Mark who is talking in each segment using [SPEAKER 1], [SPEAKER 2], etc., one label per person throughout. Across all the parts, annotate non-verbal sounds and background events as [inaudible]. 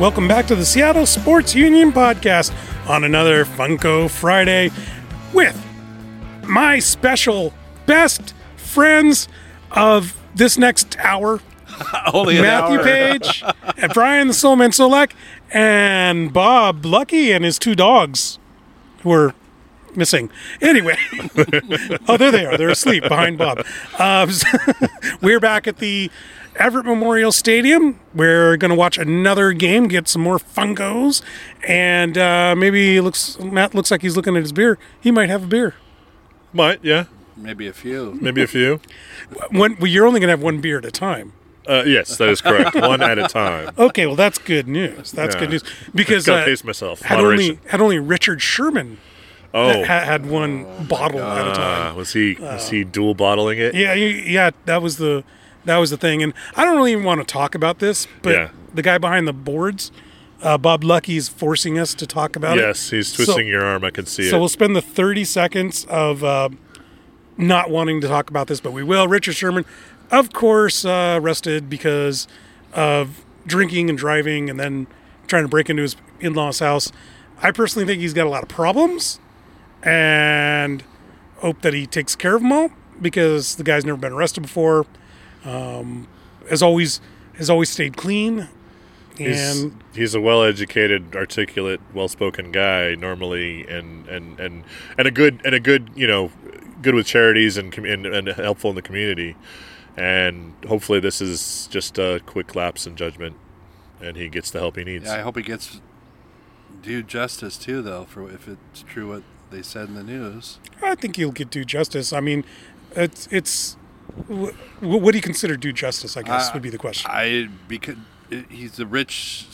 [SPEAKER 1] Welcome back to the Seattle Sports Union Podcast on another Funko Friday with my special best friends of this next hour
[SPEAKER 2] Only an
[SPEAKER 1] Matthew
[SPEAKER 2] hour.
[SPEAKER 1] Page
[SPEAKER 2] [laughs]
[SPEAKER 1] and Brian the Soulman Solek and Bob Lucky and his two dogs who are missing.
[SPEAKER 2] [laughs]
[SPEAKER 1] Anyway, oh, there they are. They're asleep behind Bob. Uh, [laughs] we're back at the Everett Memorial Stadium. We're going to watch another game, get some more Funkos, and uh, maybe looks Matt looks like he's looking at his beer. He might have a beer.
[SPEAKER 3] Might, yeah.
[SPEAKER 2] Maybe a few.
[SPEAKER 3] Maybe a few.
[SPEAKER 1] One, well, you're only going to have one beer at a time.
[SPEAKER 3] Uh, yes, that
[SPEAKER 1] [laughs]
[SPEAKER 3] is correct. One at a time.
[SPEAKER 1] Okay, well that's good news. That's
[SPEAKER 3] Yeah.
[SPEAKER 1] good news because
[SPEAKER 3] Gotta
[SPEAKER 1] uh,
[SPEAKER 3] pace myself.
[SPEAKER 1] had only
[SPEAKER 3] Moderation.
[SPEAKER 1] had only Richard Sherman
[SPEAKER 3] Oh,
[SPEAKER 1] ha- had one bottle at a time.
[SPEAKER 3] uh, was he was he dual bottling it?
[SPEAKER 1] Yeah, you- yeah, that was the that was the thing, and I don't really even want to talk about this, but
[SPEAKER 3] Yeah.
[SPEAKER 1] the guy behind the boards, uh, Bob Lucky's forcing us to talk about it.
[SPEAKER 3] Yes, he's twisting
[SPEAKER 1] So-
[SPEAKER 3] your arm. I can see
[SPEAKER 1] So
[SPEAKER 3] it.
[SPEAKER 1] we'll spend the 30 seconds of uh, not wanting to talk about this, but we will. Richard Sherman, of course, uh, arrested because of drinking and driving and then trying to break into his in law's house. I personally think he's got a lot of problems and hope that he takes care of them all because the guy's never been arrested before. Um, has always has always stayed clean.
[SPEAKER 3] he's,
[SPEAKER 1] And
[SPEAKER 3] he's a well-educated, articulate, well-spoken guy normally, and and and and a good and a good you know good with charities and com- and, and helpful in the community. And hopefully, this is just a quick lapse in judgment, and he gets the help he needs.
[SPEAKER 2] Yeah, I hope he gets due justice too, though, for if it's true what they said in the news.
[SPEAKER 1] I think he'll get due justice. I mean, it's it's. wh- What do you consider due justice? I guess
[SPEAKER 2] Uh,
[SPEAKER 1] would be the question.
[SPEAKER 2] I because it- he's a rich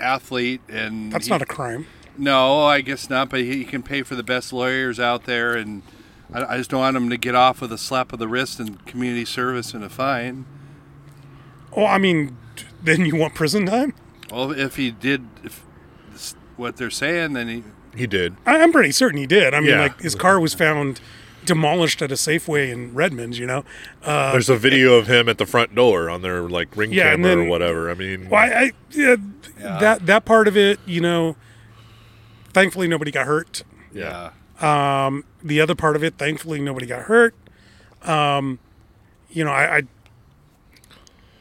[SPEAKER 2] athlete, and
[SPEAKER 1] That's
[SPEAKER 2] he-
[SPEAKER 1] not a crime.
[SPEAKER 2] No, I guess not. But he can pay for the best lawyers out there, and I, I just don't want him to get off with a slap of the wrist and community service and a fine.
[SPEAKER 1] Oh, I mean, then you want prison time?
[SPEAKER 2] Well, if he did if s- what they're saying, then he
[SPEAKER 3] he did.
[SPEAKER 1] I, I'm pretty certain he did. I mean,
[SPEAKER 3] Yeah.
[SPEAKER 1] like his car was found demolished at a Safeway in Redmond. You know, uh,
[SPEAKER 3] There's a video of him at the front door on their like ring
[SPEAKER 1] Yeah, and
[SPEAKER 3] camera or
[SPEAKER 1] then-
[SPEAKER 3] whatever. I mean,
[SPEAKER 1] Well, I, I yeah,
[SPEAKER 2] Yeah.
[SPEAKER 1] that that part of it, you know, thankfully nobody got hurt.
[SPEAKER 2] uh,
[SPEAKER 3] yeah,
[SPEAKER 1] The other part of it, thankfully nobody got hurt. Um, you know, I, I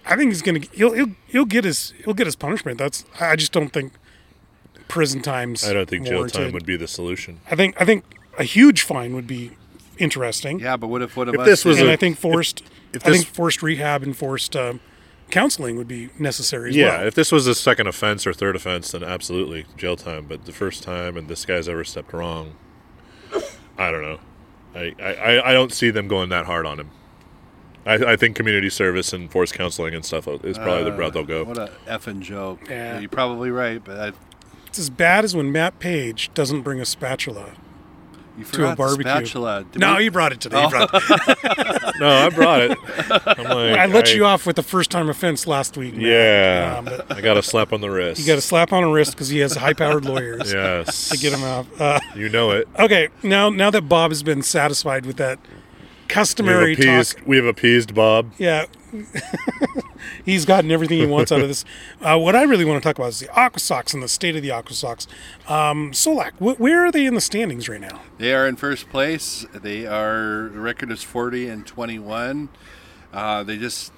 [SPEAKER 1] I think he's gonna he'll he'll he'll get his he'll get his punishment. That's I just don't think prison times.
[SPEAKER 3] I don't think jail time
[SPEAKER 1] warranted.
[SPEAKER 3] would be the solution.
[SPEAKER 1] I think I think a huge fine would be interesting.
[SPEAKER 2] yeah. But what if one of
[SPEAKER 3] If
[SPEAKER 2] us
[SPEAKER 3] this was
[SPEAKER 1] And
[SPEAKER 3] a-
[SPEAKER 1] I think forced,
[SPEAKER 3] if
[SPEAKER 1] I think
[SPEAKER 3] this-
[SPEAKER 1] forced rehab and forced um, counseling would be necessary. As
[SPEAKER 3] Yeah,
[SPEAKER 1] well.
[SPEAKER 3] if this was his second offense or third offense, then absolutely jail time. But the first time and this guy's ever stepped wrong, I don't know. I, I, I- I don't see them going that hard on him. I, I think community service and forced counseling and stuff is probably the route they'll go.
[SPEAKER 2] What a effing joke.
[SPEAKER 1] Yeah.
[SPEAKER 2] You're probably right, but I,
[SPEAKER 1] it's as bad as when Matt Page doesn't bring a spatula.
[SPEAKER 2] you
[SPEAKER 1] To
[SPEAKER 2] forgot
[SPEAKER 1] a barbecue.
[SPEAKER 2] the spatula. Did
[SPEAKER 1] no,
[SPEAKER 2] we- Oh.
[SPEAKER 1] he brought it today. He brought it.
[SPEAKER 3] No, I brought it. I'm
[SPEAKER 1] [laughs]
[SPEAKER 3] like,
[SPEAKER 1] I let you off with the first time offense last week. Matt.
[SPEAKER 3] Yeah,
[SPEAKER 1] Um, but
[SPEAKER 3] I got a slap on the wrist.
[SPEAKER 1] you got a slap on a wrist because he has high-powered lawyers [laughs]
[SPEAKER 3] yes
[SPEAKER 1] to get him off. Uh,
[SPEAKER 3] You know it.
[SPEAKER 1] okay, now now that Bob has been satisfied with that
[SPEAKER 3] We've
[SPEAKER 1] customary talk
[SPEAKER 3] appeased, we've appeased Bob.
[SPEAKER 1] Yeah. [laughs] He's gotten everything he wants out of this. Uh, what I really want to talk about is the Aqua Sox and the state of the Aqua Sox. Um, Solak, wh- where are they in the standings right now?
[SPEAKER 2] They are in first place. They are the record is 40 and 21. Uh, they just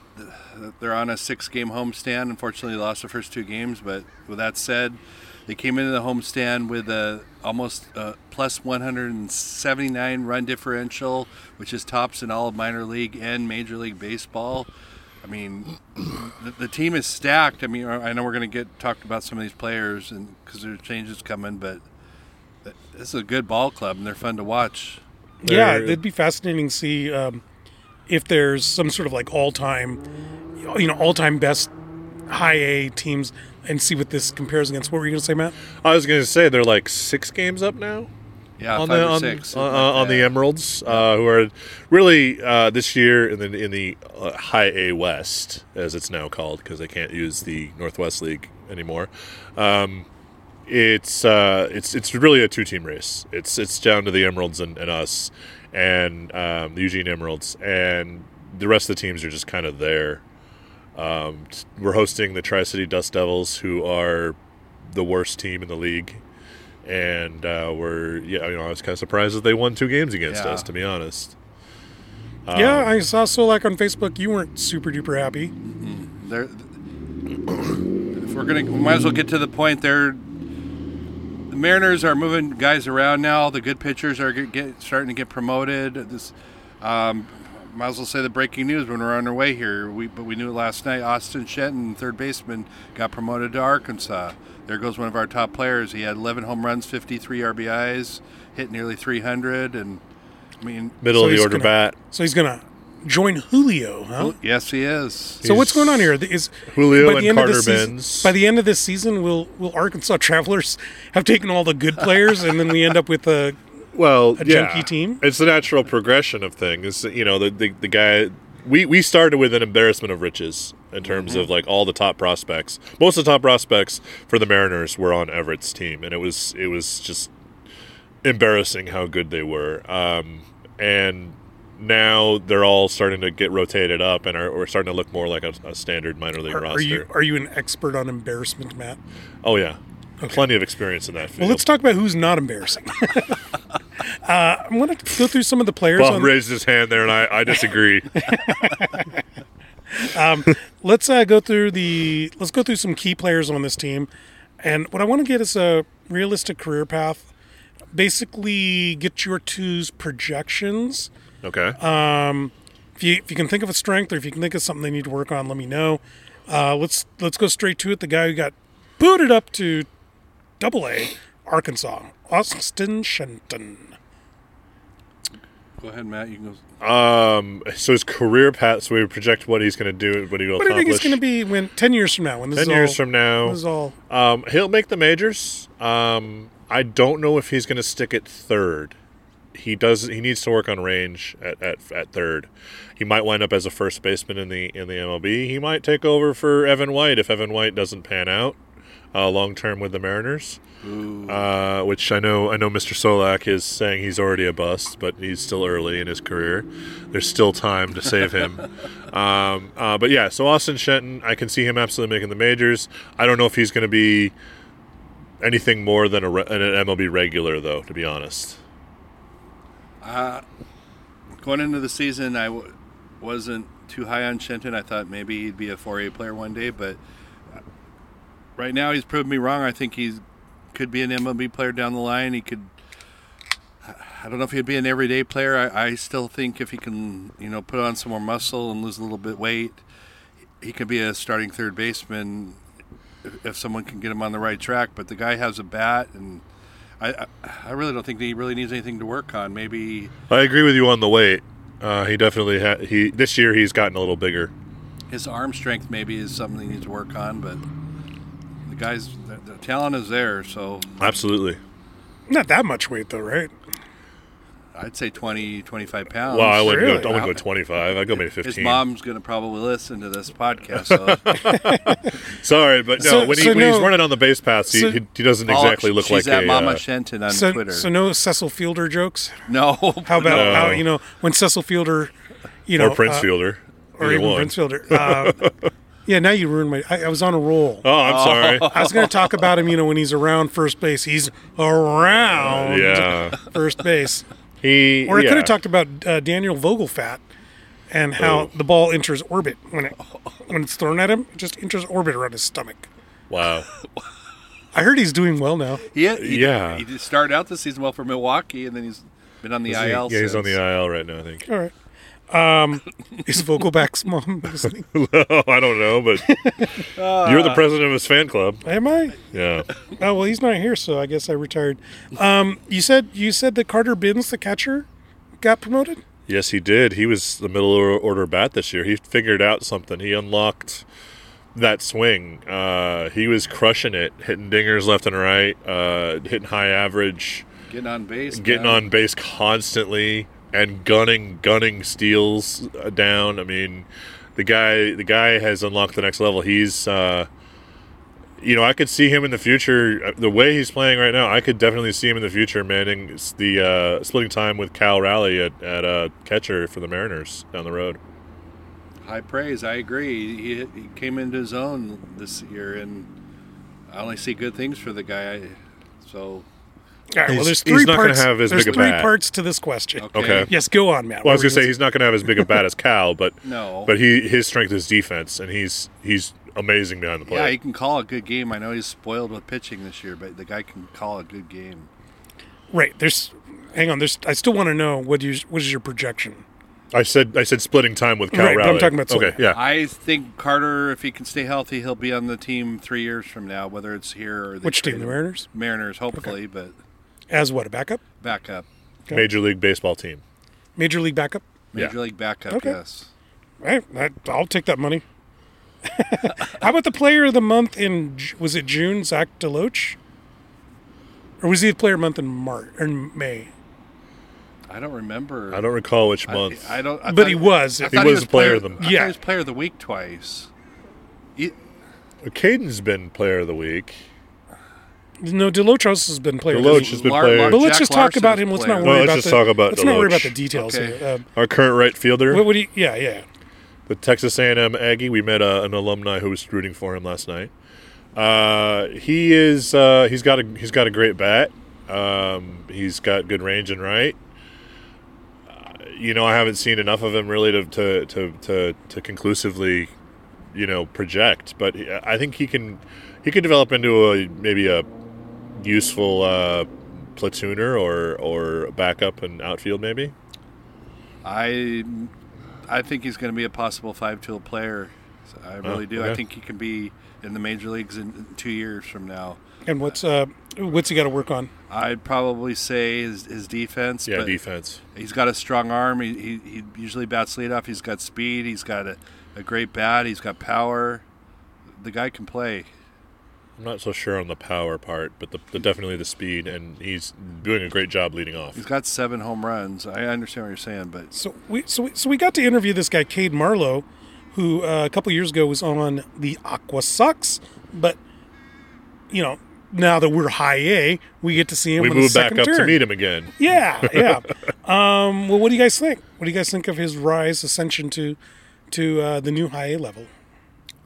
[SPEAKER 2] they're on a six-game homestand. Unfortunately, they lost the first two games. But with that said, they came into the homestand with a almost a plus 179 run differential, which is tops in all of minor league and major league baseball. I mean, the, the team is stacked. I mean, I know we're going to get talked about some of these players and because there's changes coming, but this is a good ball club, and they're fun to watch.
[SPEAKER 1] yeah,
[SPEAKER 3] They're-
[SPEAKER 1] it'd be fascinating to see um, if there's some sort of like all-time, you know, all-time best high A teams, and see what this compares against. What were you going to say, Matt?
[SPEAKER 3] I was going to say they're like six games up now.
[SPEAKER 2] Yeah,
[SPEAKER 3] on
[SPEAKER 2] five
[SPEAKER 3] the
[SPEAKER 2] or
[SPEAKER 3] on,
[SPEAKER 2] six.
[SPEAKER 3] uh,
[SPEAKER 2] something
[SPEAKER 3] uh,
[SPEAKER 2] like
[SPEAKER 3] on the
[SPEAKER 2] that.
[SPEAKER 3] Emeralds, uh, who are really uh, this year in the in the uh, High A West, as it's now called, because they can't use the Northwest League anymore. Um, it's uh, it's it's really a two team race. It's it's down to the Emeralds and, and us, and um, the Eugene Emeralds, and the rest of the teams are just kind of there. Um, t- we're hosting the Tri City Dust Devils, who are the worst team in the league, and uh, we're yeah, you know, I was kind of surprised that they won two games against
[SPEAKER 2] Yeah.
[SPEAKER 3] us, to be honest.
[SPEAKER 1] yeah, I saw Solak on Facebook. You weren't super duper happy.
[SPEAKER 2] They're, if we're gonna, we might as well get to the point. They're the Mariners are moving guys around now. The good pitchers are get, get starting to get promoted. This, um, might as well say the breaking news when we're on our way here. We but we knew it last night. Austin Shenton, third baseman, got promoted to Arkansas. There goes one of our top players. He had 11 home runs, 53 RBIs, hit nearly 300, and I mean,
[SPEAKER 3] Middle
[SPEAKER 1] So
[SPEAKER 3] of the
[SPEAKER 1] he's
[SPEAKER 3] order
[SPEAKER 1] gonna-
[SPEAKER 3] bat.
[SPEAKER 1] So he's gonna join Julio, huh?
[SPEAKER 2] yes, he is.
[SPEAKER 1] So what's going on here? Is
[SPEAKER 3] Julio and
[SPEAKER 1] end of this
[SPEAKER 3] Carter
[SPEAKER 1] season-
[SPEAKER 3] Benz.
[SPEAKER 1] By the end of this season, will will Arkansas [laughs] Travelers have taken all the good players, and then we end up with [laughs] a
[SPEAKER 3] well,
[SPEAKER 1] a
[SPEAKER 3] yeah.
[SPEAKER 1] junky team?
[SPEAKER 3] It's the natural progression of things. You know, the the, the guy we, we started with an embarrassment of riches in terms
[SPEAKER 1] Mm-hmm.
[SPEAKER 3] of like all the top prospects. Most of the top prospects for the Mariners were on Everett's team, and it was it was just embarrassing how good they were. Um, and now they're all starting to get rotated up and are, are starting to look more like a, a standard minor league
[SPEAKER 1] Are,
[SPEAKER 3] roster.
[SPEAKER 1] are you are you an expert on embarrassment, Matt?
[SPEAKER 3] oh yeah, plenty of experience in that field.
[SPEAKER 1] Well, let's talk about who's not embarrassing. [laughs] uh, I'm going to go through some of the players.
[SPEAKER 3] Bob
[SPEAKER 1] on-
[SPEAKER 3] raised his hand there, and I,
[SPEAKER 1] [laughs]
[SPEAKER 3] I disagree.
[SPEAKER 1] let's uh, go through the let's go through some key players on this team and what i want to get is a realistic career path basically get your twos projections
[SPEAKER 3] okay.
[SPEAKER 1] if you, if you can think of a strength or if you can think of something they need to work on let me know uh, let's let's go straight to it the guy who got booted up to double a arkansas austin shenton
[SPEAKER 2] Go ahead, Matt. You can go.
[SPEAKER 3] Um. So his career path. So we project what he's going to do, what he will
[SPEAKER 1] what do you
[SPEAKER 3] accomplish.
[SPEAKER 1] think it's going to be when 10 years from now when this
[SPEAKER 3] Ten
[SPEAKER 1] is
[SPEAKER 3] years
[SPEAKER 1] all,
[SPEAKER 3] from now,
[SPEAKER 1] this is all
[SPEAKER 3] um, he'll make the majors. Um, I don't know if he's going to stick at third. He does. He needs to work on range at, at, at third. He might wind up as a first baseman in the in the MLB. He might take over for Evan White if Evan White doesn't pan out uh, long term with the Mariners. Uh, which I know, I know, Mr. Solak is saying he's already a bust, but he's still early in his career. There's still time to save him. um, uh, but yeah, so Austin Shenton, I can see him absolutely making the majors. I don't know if he's going to be anything more than a re- an MLB regular, though. To be honest,
[SPEAKER 2] going into the season, I w- wasn't too high on Shenton. I thought maybe he'd be a 4A player one day, but uh, right now he's proved me wrong. I think he's could be an MLB player down the line. He could. I- I don't know if he'd be an everyday player. I, I still think if he can, you know, put on some more muscle and lose a little bit weight, he could be a starting third baseman if- if someone can get him on the right track. But the guy has a bat, and I, I, I really don't think that he really needs anything to work on. Maybe
[SPEAKER 3] I agree with you on the weight. Uh, he definitely ha- he this year he's gotten a little bigger.
[SPEAKER 2] his arm strength maybe is something he needs to work on, but the guys, the, the talent is there. So
[SPEAKER 3] Absolutely.
[SPEAKER 1] not that much weight though right
[SPEAKER 2] I'd say 20, 25 pounds.
[SPEAKER 3] Well, I wouldn't
[SPEAKER 1] Really?
[SPEAKER 3] go. I wouldn't go 25. I'd go maybe 15.
[SPEAKER 2] His mom's gonna probably listen to this podcast.
[SPEAKER 3] [laughs]
[SPEAKER 2] So
[SPEAKER 3] Sorry, but no.
[SPEAKER 1] So-
[SPEAKER 3] when, he,
[SPEAKER 1] so
[SPEAKER 3] when he's
[SPEAKER 1] no-
[SPEAKER 3] running on the base paths, he,
[SPEAKER 1] so-
[SPEAKER 3] he, he doesn't exactly look
[SPEAKER 2] Oh, she's
[SPEAKER 3] like
[SPEAKER 2] at
[SPEAKER 3] a.
[SPEAKER 2] Mama
[SPEAKER 3] uh,
[SPEAKER 2] Shenton on
[SPEAKER 1] so,
[SPEAKER 2] Twitter.
[SPEAKER 1] so no cecil fielder jokes
[SPEAKER 2] no,
[SPEAKER 1] How about
[SPEAKER 3] No.
[SPEAKER 1] how you know when Cecil Fielder, you know,
[SPEAKER 3] or Prince
[SPEAKER 1] uh,
[SPEAKER 3] Fielder.
[SPEAKER 1] or
[SPEAKER 3] Either
[SPEAKER 1] even
[SPEAKER 3] one.
[SPEAKER 1] Prince Fielder? Uh, [laughs] yeah, now you ruined my. I, I was on a roll.
[SPEAKER 3] Oh, I'm sorry.
[SPEAKER 1] I was going to talk about him. You know, when he's around first base, he's around
[SPEAKER 3] [laughs] yeah,
[SPEAKER 1] first base.
[SPEAKER 3] he.
[SPEAKER 1] Or I
[SPEAKER 3] yeah.
[SPEAKER 1] could have talked about uh, Daniel Vogelfat and how
[SPEAKER 3] Oh.
[SPEAKER 1] the ball enters orbit when it when it's thrown at him. It just enters orbit around his stomach.
[SPEAKER 3] Wow.
[SPEAKER 1] I heard he's doing well now.
[SPEAKER 2] [laughs] he, he,
[SPEAKER 3] Yeah.
[SPEAKER 2] he did start out the season well for Milwaukee, and then he's been on the IL.
[SPEAKER 3] yeah, he's on the
[SPEAKER 2] since.
[SPEAKER 3] IL right now. I think.
[SPEAKER 1] All right. Um, is Vogelback's [laughs] mom listening?
[SPEAKER 3] no, I don't know, but you're the president of his fan club.
[SPEAKER 1] Am I?
[SPEAKER 3] Yeah.
[SPEAKER 1] Oh well, he's not here, so I guess I retired. Um, you said you said that Carter Binns, the catcher, got promoted.
[SPEAKER 3] Yes, he did. He was the middle or- order bat this year. He figured out something. He unlocked that swing. Uh, he was crushing it, hitting dingers left and right, uh, hitting high average.
[SPEAKER 2] getting on base,
[SPEAKER 3] uh, getting
[SPEAKER 2] man.
[SPEAKER 3] on base constantly and gunning gunning steals uh, down i mean the guy the guy has unlocked the next level he's uh you know i could see him in the future uh, the way he's playing right now i could definitely see him in the future manning s- the uh splitting time with cal raleigh at, at uh catcher for the mariners down the road
[SPEAKER 2] high praise. I agree. He, he came into his own this year, and I only see good things for the guy. I- So
[SPEAKER 1] All right, well,
[SPEAKER 3] He's-
[SPEAKER 1] there's
[SPEAKER 3] he's
[SPEAKER 1] three
[SPEAKER 3] not gonna
[SPEAKER 1] parts.
[SPEAKER 3] have as
[SPEAKER 1] there's
[SPEAKER 3] big a
[SPEAKER 1] three
[SPEAKER 3] bat.
[SPEAKER 1] parts to this question.
[SPEAKER 2] okay,
[SPEAKER 3] Okay.
[SPEAKER 1] Yes, go on, Matt.
[SPEAKER 3] Well, I was
[SPEAKER 1] What
[SPEAKER 3] gonna say
[SPEAKER 1] were you
[SPEAKER 3] he's not gonna have as big a
[SPEAKER 1] [laughs]
[SPEAKER 3] bat as Cal, but
[SPEAKER 2] No.
[SPEAKER 3] but he his strength is defense, and he's he's amazing behind the plate.
[SPEAKER 2] yeah, he can call a good game. I know he's spoiled with pitching this year, but the guy can call a good game.
[SPEAKER 1] Right. There's. Hang on. There's. I still want to know what you. What is your projection?
[SPEAKER 3] I said I said splitting time with Cal
[SPEAKER 1] Right, but I'm
[SPEAKER 3] Raleigh.
[SPEAKER 1] talking about
[SPEAKER 3] okay,
[SPEAKER 1] Slinger.
[SPEAKER 3] yeah,
[SPEAKER 2] I think Carter, if he can stay healthy, he'll be on the team three years from now, whether it's here or the
[SPEAKER 1] Which team? The Mariners.
[SPEAKER 2] Mariners, hopefully, but
[SPEAKER 1] As what? A backup?
[SPEAKER 2] back up.
[SPEAKER 3] Major League Baseball team.
[SPEAKER 1] Major league backup?
[SPEAKER 2] Major
[SPEAKER 3] Yeah.
[SPEAKER 2] League backup,
[SPEAKER 1] Okay.
[SPEAKER 2] yes.
[SPEAKER 1] Hey, that, I'll take that
[SPEAKER 2] [laughs]
[SPEAKER 1] money. How about the player of the month in J- was it June? Zach Deloach, or was he the player of the month in March or in May?
[SPEAKER 2] I don't remember.
[SPEAKER 3] I don't recall which
[SPEAKER 2] I-
[SPEAKER 3] month.
[SPEAKER 2] I, don't. I
[SPEAKER 1] But
[SPEAKER 2] thought-
[SPEAKER 1] he was.
[SPEAKER 2] I
[SPEAKER 1] He
[SPEAKER 2] thought
[SPEAKER 3] was the player of the-
[SPEAKER 2] I thought
[SPEAKER 1] Yeah.
[SPEAKER 2] he was player of the week twice. He-
[SPEAKER 3] Caden's been Player of the Week.
[SPEAKER 1] No, Deloach also has been player. of the
[SPEAKER 3] Deloach
[SPEAKER 1] month.
[SPEAKER 3] has been
[SPEAKER 2] Lar-
[SPEAKER 3] player.
[SPEAKER 2] Lar-
[SPEAKER 1] but let's
[SPEAKER 2] Jack
[SPEAKER 1] just talk
[SPEAKER 2] Larson
[SPEAKER 1] about
[SPEAKER 2] is
[SPEAKER 1] him. Let's
[SPEAKER 2] player
[SPEAKER 1] not
[SPEAKER 2] of
[SPEAKER 1] worry
[SPEAKER 3] No, let's
[SPEAKER 1] about
[SPEAKER 3] just
[SPEAKER 1] the.
[SPEAKER 3] talk about
[SPEAKER 1] let's not worry
[SPEAKER 3] Deloach.
[SPEAKER 1] about the details.
[SPEAKER 2] Okay.
[SPEAKER 1] Here. Um,
[SPEAKER 3] Our current right fielder,
[SPEAKER 1] what would he? Yeah, yeah.
[SPEAKER 3] the Texas A&M Aggie. We met uh, an alumni who was rooting for him last night. Uh, he is uh, he's got a he's got a great bat. Um, he's got good range and right. Uh, You know, I haven't seen enough of him really to to to to, to conclusively, you know, project. But he- I think he can he can develop into a maybe a useful uh, platooner or or backup and outfield maybe.
[SPEAKER 2] I, I think he's going to be a possible five-tool player. So I really do. I
[SPEAKER 3] Oh, okay.
[SPEAKER 2] think he can be in the major leagues in in two years from now.
[SPEAKER 1] And what's uh, what's he got to work on?
[SPEAKER 2] I'd probably say his, his defense.
[SPEAKER 3] Yeah,
[SPEAKER 2] but
[SPEAKER 3] defense.
[SPEAKER 2] He's got a strong arm. He, he, he usually bats leadoff. He's got speed. He's got a, a great bat. He's got power. The guy can play.
[SPEAKER 3] I'm not so sure on the power part, but the, the definitely the speed, and he's doing a great job leading off.
[SPEAKER 2] He's got seven home runs. I understand what you're saying, but
[SPEAKER 1] So we so we, so we got to interview this guy Cade Marlowe, who uh, a couple years ago was on the Aqua Sox, but you know now that we're high A, we get to see him.
[SPEAKER 3] We
[SPEAKER 1] on the
[SPEAKER 3] move back
[SPEAKER 1] second
[SPEAKER 3] up to
[SPEAKER 1] turn.
[SPEAKER 3] meet him again.
[SPEAKER 1] Yeah,
[SPEAKER 3] [laughs]
[SPEAKER 1] yeah. um, well, what do you guys think? What do you guys think of his rise, ascension to to uh, the new high A level?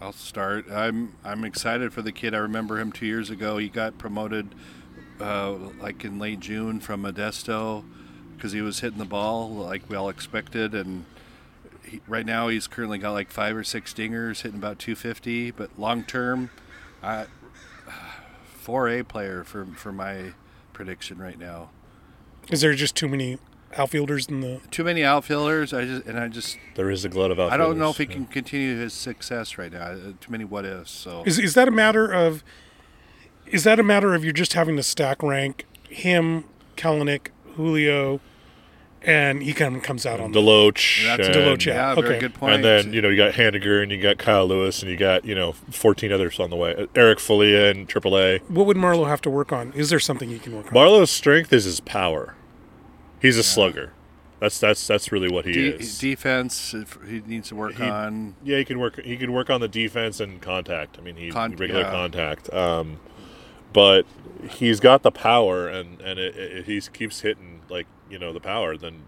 [SPEAKER 2] I'll start. I'm I'm excited for the kid. I remember him two years ago. He got promoted, uh, like in late June from Modesto, because he was hitting the ball like we all expected. And he, right now he's currently got like five or six dingers, hitting about 250. But long term, I [sighs] four A player for for my prediction right now.
[SPEAKER 1] Is there just too many outfielders in the?
[SPEAKER 2] Too many outfielders. I just and I just
[SPEAKER 3] There is a glut of outfielders.
[SPEAKER 2] I don't know if he can continue his success right now. Uh, Too many what ifs. So
[SPEAKER 1] Is is that a matter of? Is that a matter of you're just having to stack rank him, Kalanick, Julio, and he kind of comes out on the
[SPEAKER 3] Deloach.
[SPEAKER 2] That's
[SPEAKER 3] and,
[SPEAKER 1] Deloach, yeah.
[SPEAKER 2] yeah, very
[SPEAKER 1] okay.
[SPEAKER 2] good point.
[SPEAKER 3] And then you know you got Handiger and you got Kyle Lewis and you got you know 14 others on the way. Eric Folia and AAA.
[SPEAKER 1] What would Marlowe have to work on? Is there something he can work on?
[SPEAKER 3] Barlow's strength is his power. He's a slugger. That's that's that's really what he
[SPEAKER 2] De-
[SPEAKER 3] is.
[SPEAKER 2] defense if he needs to work
[SPEAKER 3] He-
[SPEAKER 2] on.
[SPEAKER 3] Yeah, he can work. He can work on the defense and contact. I mean, he
[SPEAKER 2] Con-
[SPEAKER 3] regular
[SPEAKER 2] yeah.
[SPEAKER 3] contact. Um, but he's got the power, and and it, it, if he keeps hitting like you know the power, then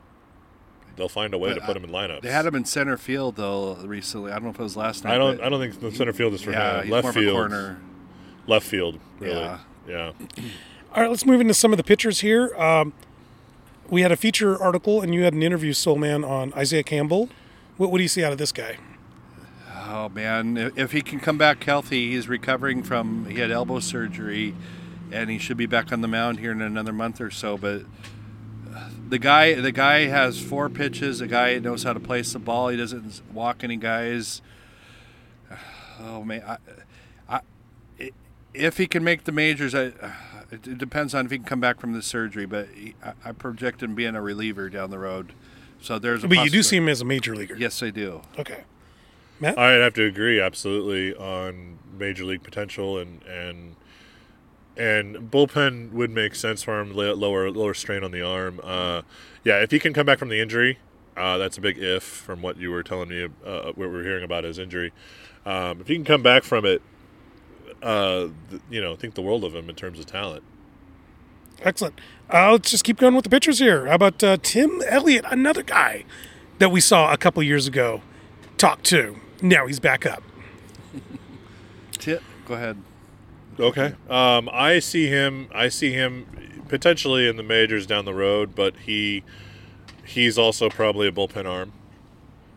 [SPEAKER 3] they'll find a way
[SPEAKER 2] But
[SPEAKER 3] to put him in lineups.
[SPEAKER 2] They had him in center field though recently. I don't know if it was last night.
[SPEAKER 3] I don't.
[SPEAKER 2] but-
[SPEAKER 3] I don't think the center field is for
[SPEAKER 2] yeah,
[SPEAKER 3] him.
[SPEAKER 2] he's
[SPEAKER 3] Left
[SPEAKER 2] more of
[SPEAKER 3] field.
[SPEAKER 2] a corner.
[SPEAKER 3] Left field. Really.
[SPEAKER 2] Yeah.
[SPEAKER 3] Yeah.
[SPEAKER 1] All right, let's move into some of the pictures here. Um, we had a feature article, and you had an interview, Soul Man, on Isaiah Campbell. What, what do you see out of this guy?
[SPEAKER 2] Oh man, if, if he can come back healthy, he's recovering from he had elbow surgery, and he should be back on the mound here in another month or so. But uh, the guy, the guy has four pitches. The guy knows how to place the ball. He doesn't walk any guys. [sighs] Oh man, I, I, if he can make the majors, I, uh, it it depends on if he can come back from the surgery. But he, I, I project him being a reliever down the road. So there's. A
[SPEAKER 1] But you do
[SPEAKER 2] possibility-
[SPEAKER 1] see him as a major leaguer.
[SPEAKER 2] Yes, I do.
[SPEAKER 1] Okay. Matt?
[SPEAKER 3] I'd have to agree absolutely on major league potential and and and bullpen would make sense for him li- lower lower strain on the arm. Uh, yeah, if he can come back from the injury, uh, that's a big if from what you were telling me uh, what we were hearing about his injury. Um, if he can come back from it, uh, th- you know, think the world of him in terms of talent.
[SPEAKER 1] Excellent. Uh, let's just keep going with the pictures here. How about uh, Tim Elliott, another guy that we saw a couple years ago? talk to. Now he's back up.
[SPEAKER 2] Tip, go ahead.
[SPEAKER 3] Okay. Um, I see him. I see him potentially in the majors down the road, but he he's also probably a bullpen arm.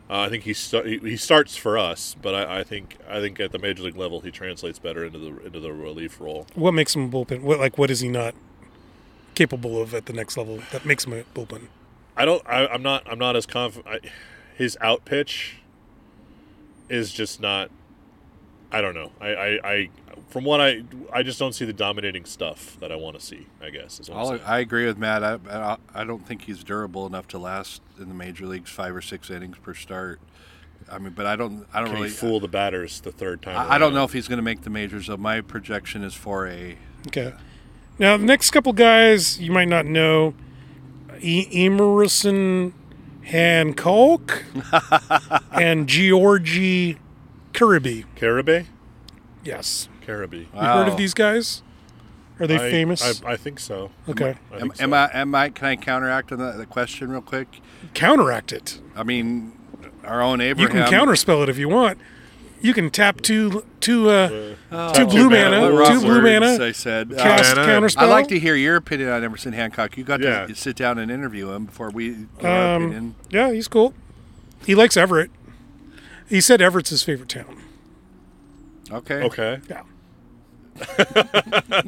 [SPEAKER 3] Uh, I think he, sta- he he starts for us, but I, I think I think at the major league level he translates better into the into the relief role.
[SPEAKER 1] What makes him a bullpen? What like what is he not capable of at the next level that makes him a bullpen?
[SPEAKER 3] I don't. I, I'm not. I'm not as confident. His out pitch is just not. I don't know. I, I, I. From what I, I just don't see the dominating stuff that I want to see. I guess. Is what I'm
[SPEAKER 2] I'll,
[SPEAKER 3] saying.
[SPEAKER 2] I agree with Matt. I, I I don't think he's durable enough to last in the major leagues five or six innings per start. I mean, but I don't. I don't
[SPEAKER 3] Can
[SPEAKER 2] really.
[SPEAKER 3] he fool the batters the third time?
[SPEAKER 2] I, I don't
[SPEAKER 3] around?
[SPEAKER 2] know if he's going to make the majors. Though my projection is for a.
[SPEAKER 1] Okay. Now the next couple guys you might not know, e- Emerson Hancock and Georgie Kirby.
[SPEAKER 3] Caribe.
[SPEAKER 1] Yes,
[SPEAKER 3] Caribe.
[SPEAKER 1] you heard
[SPEAKER 2] Wow.
[SPEAKER 1] of these guys? Are they
[SPEAKER 3] I-
[SPEAKER 1] famous?
[SPEAKER 3] I, I think so.
[SPEAKER 1] Okay.
[SPEAKER 3] I
[SPEAKER 2] Am,
[SPEAKER 3] think
[SPEAKER 2] am
[SPEAKER 3] so.
[SPEAKER 2] I? Am I? Can I counteract on that, the question real quick?
[SPEAKER 1] Counteract it.
[SPEAKER 2] I mean, our own
[SPEAKER 1] You can
[SPEAKER 2] Abraham.
[SPEAKER 1] counterspell it if you want. You can tap two two uh, two
[SPEAKER 3] Tap
[SPEAKER 1] blue
[SPEAKER 3] two mana,
[SPEAKER 1] mana,
[SPEAKER 3] blue
[SPEAKER 1] two
[SPEAKER 2] Rough
[SPEAKER 1] blue
[SPEAKER 2] Oh. words,
[SPEAKER 1] mana,
[SPEAKER 2] I said. Uh,
[SPEAKER 1] cast
[SPEAKER 3] mana.
[SPEAKER 1] counterspell.
[SPEAKER 2] I'd like to hear your opinion on Emerson Hancock. You got
[SPEAKER 3] Yeah.
[SPEAKER 2] to sit down and interview him before we give our
[SPEAKER 1] Um,
[SPEAKER 2] opinion.
[SPEAKER 1] yeah, he's cool. He likes Everett. He said Everett's his favorite town.
[SPEAKER 2] Okay.
[SPEAKER 3] Okay. [laughs]
[SPEAKER 1] Yeah.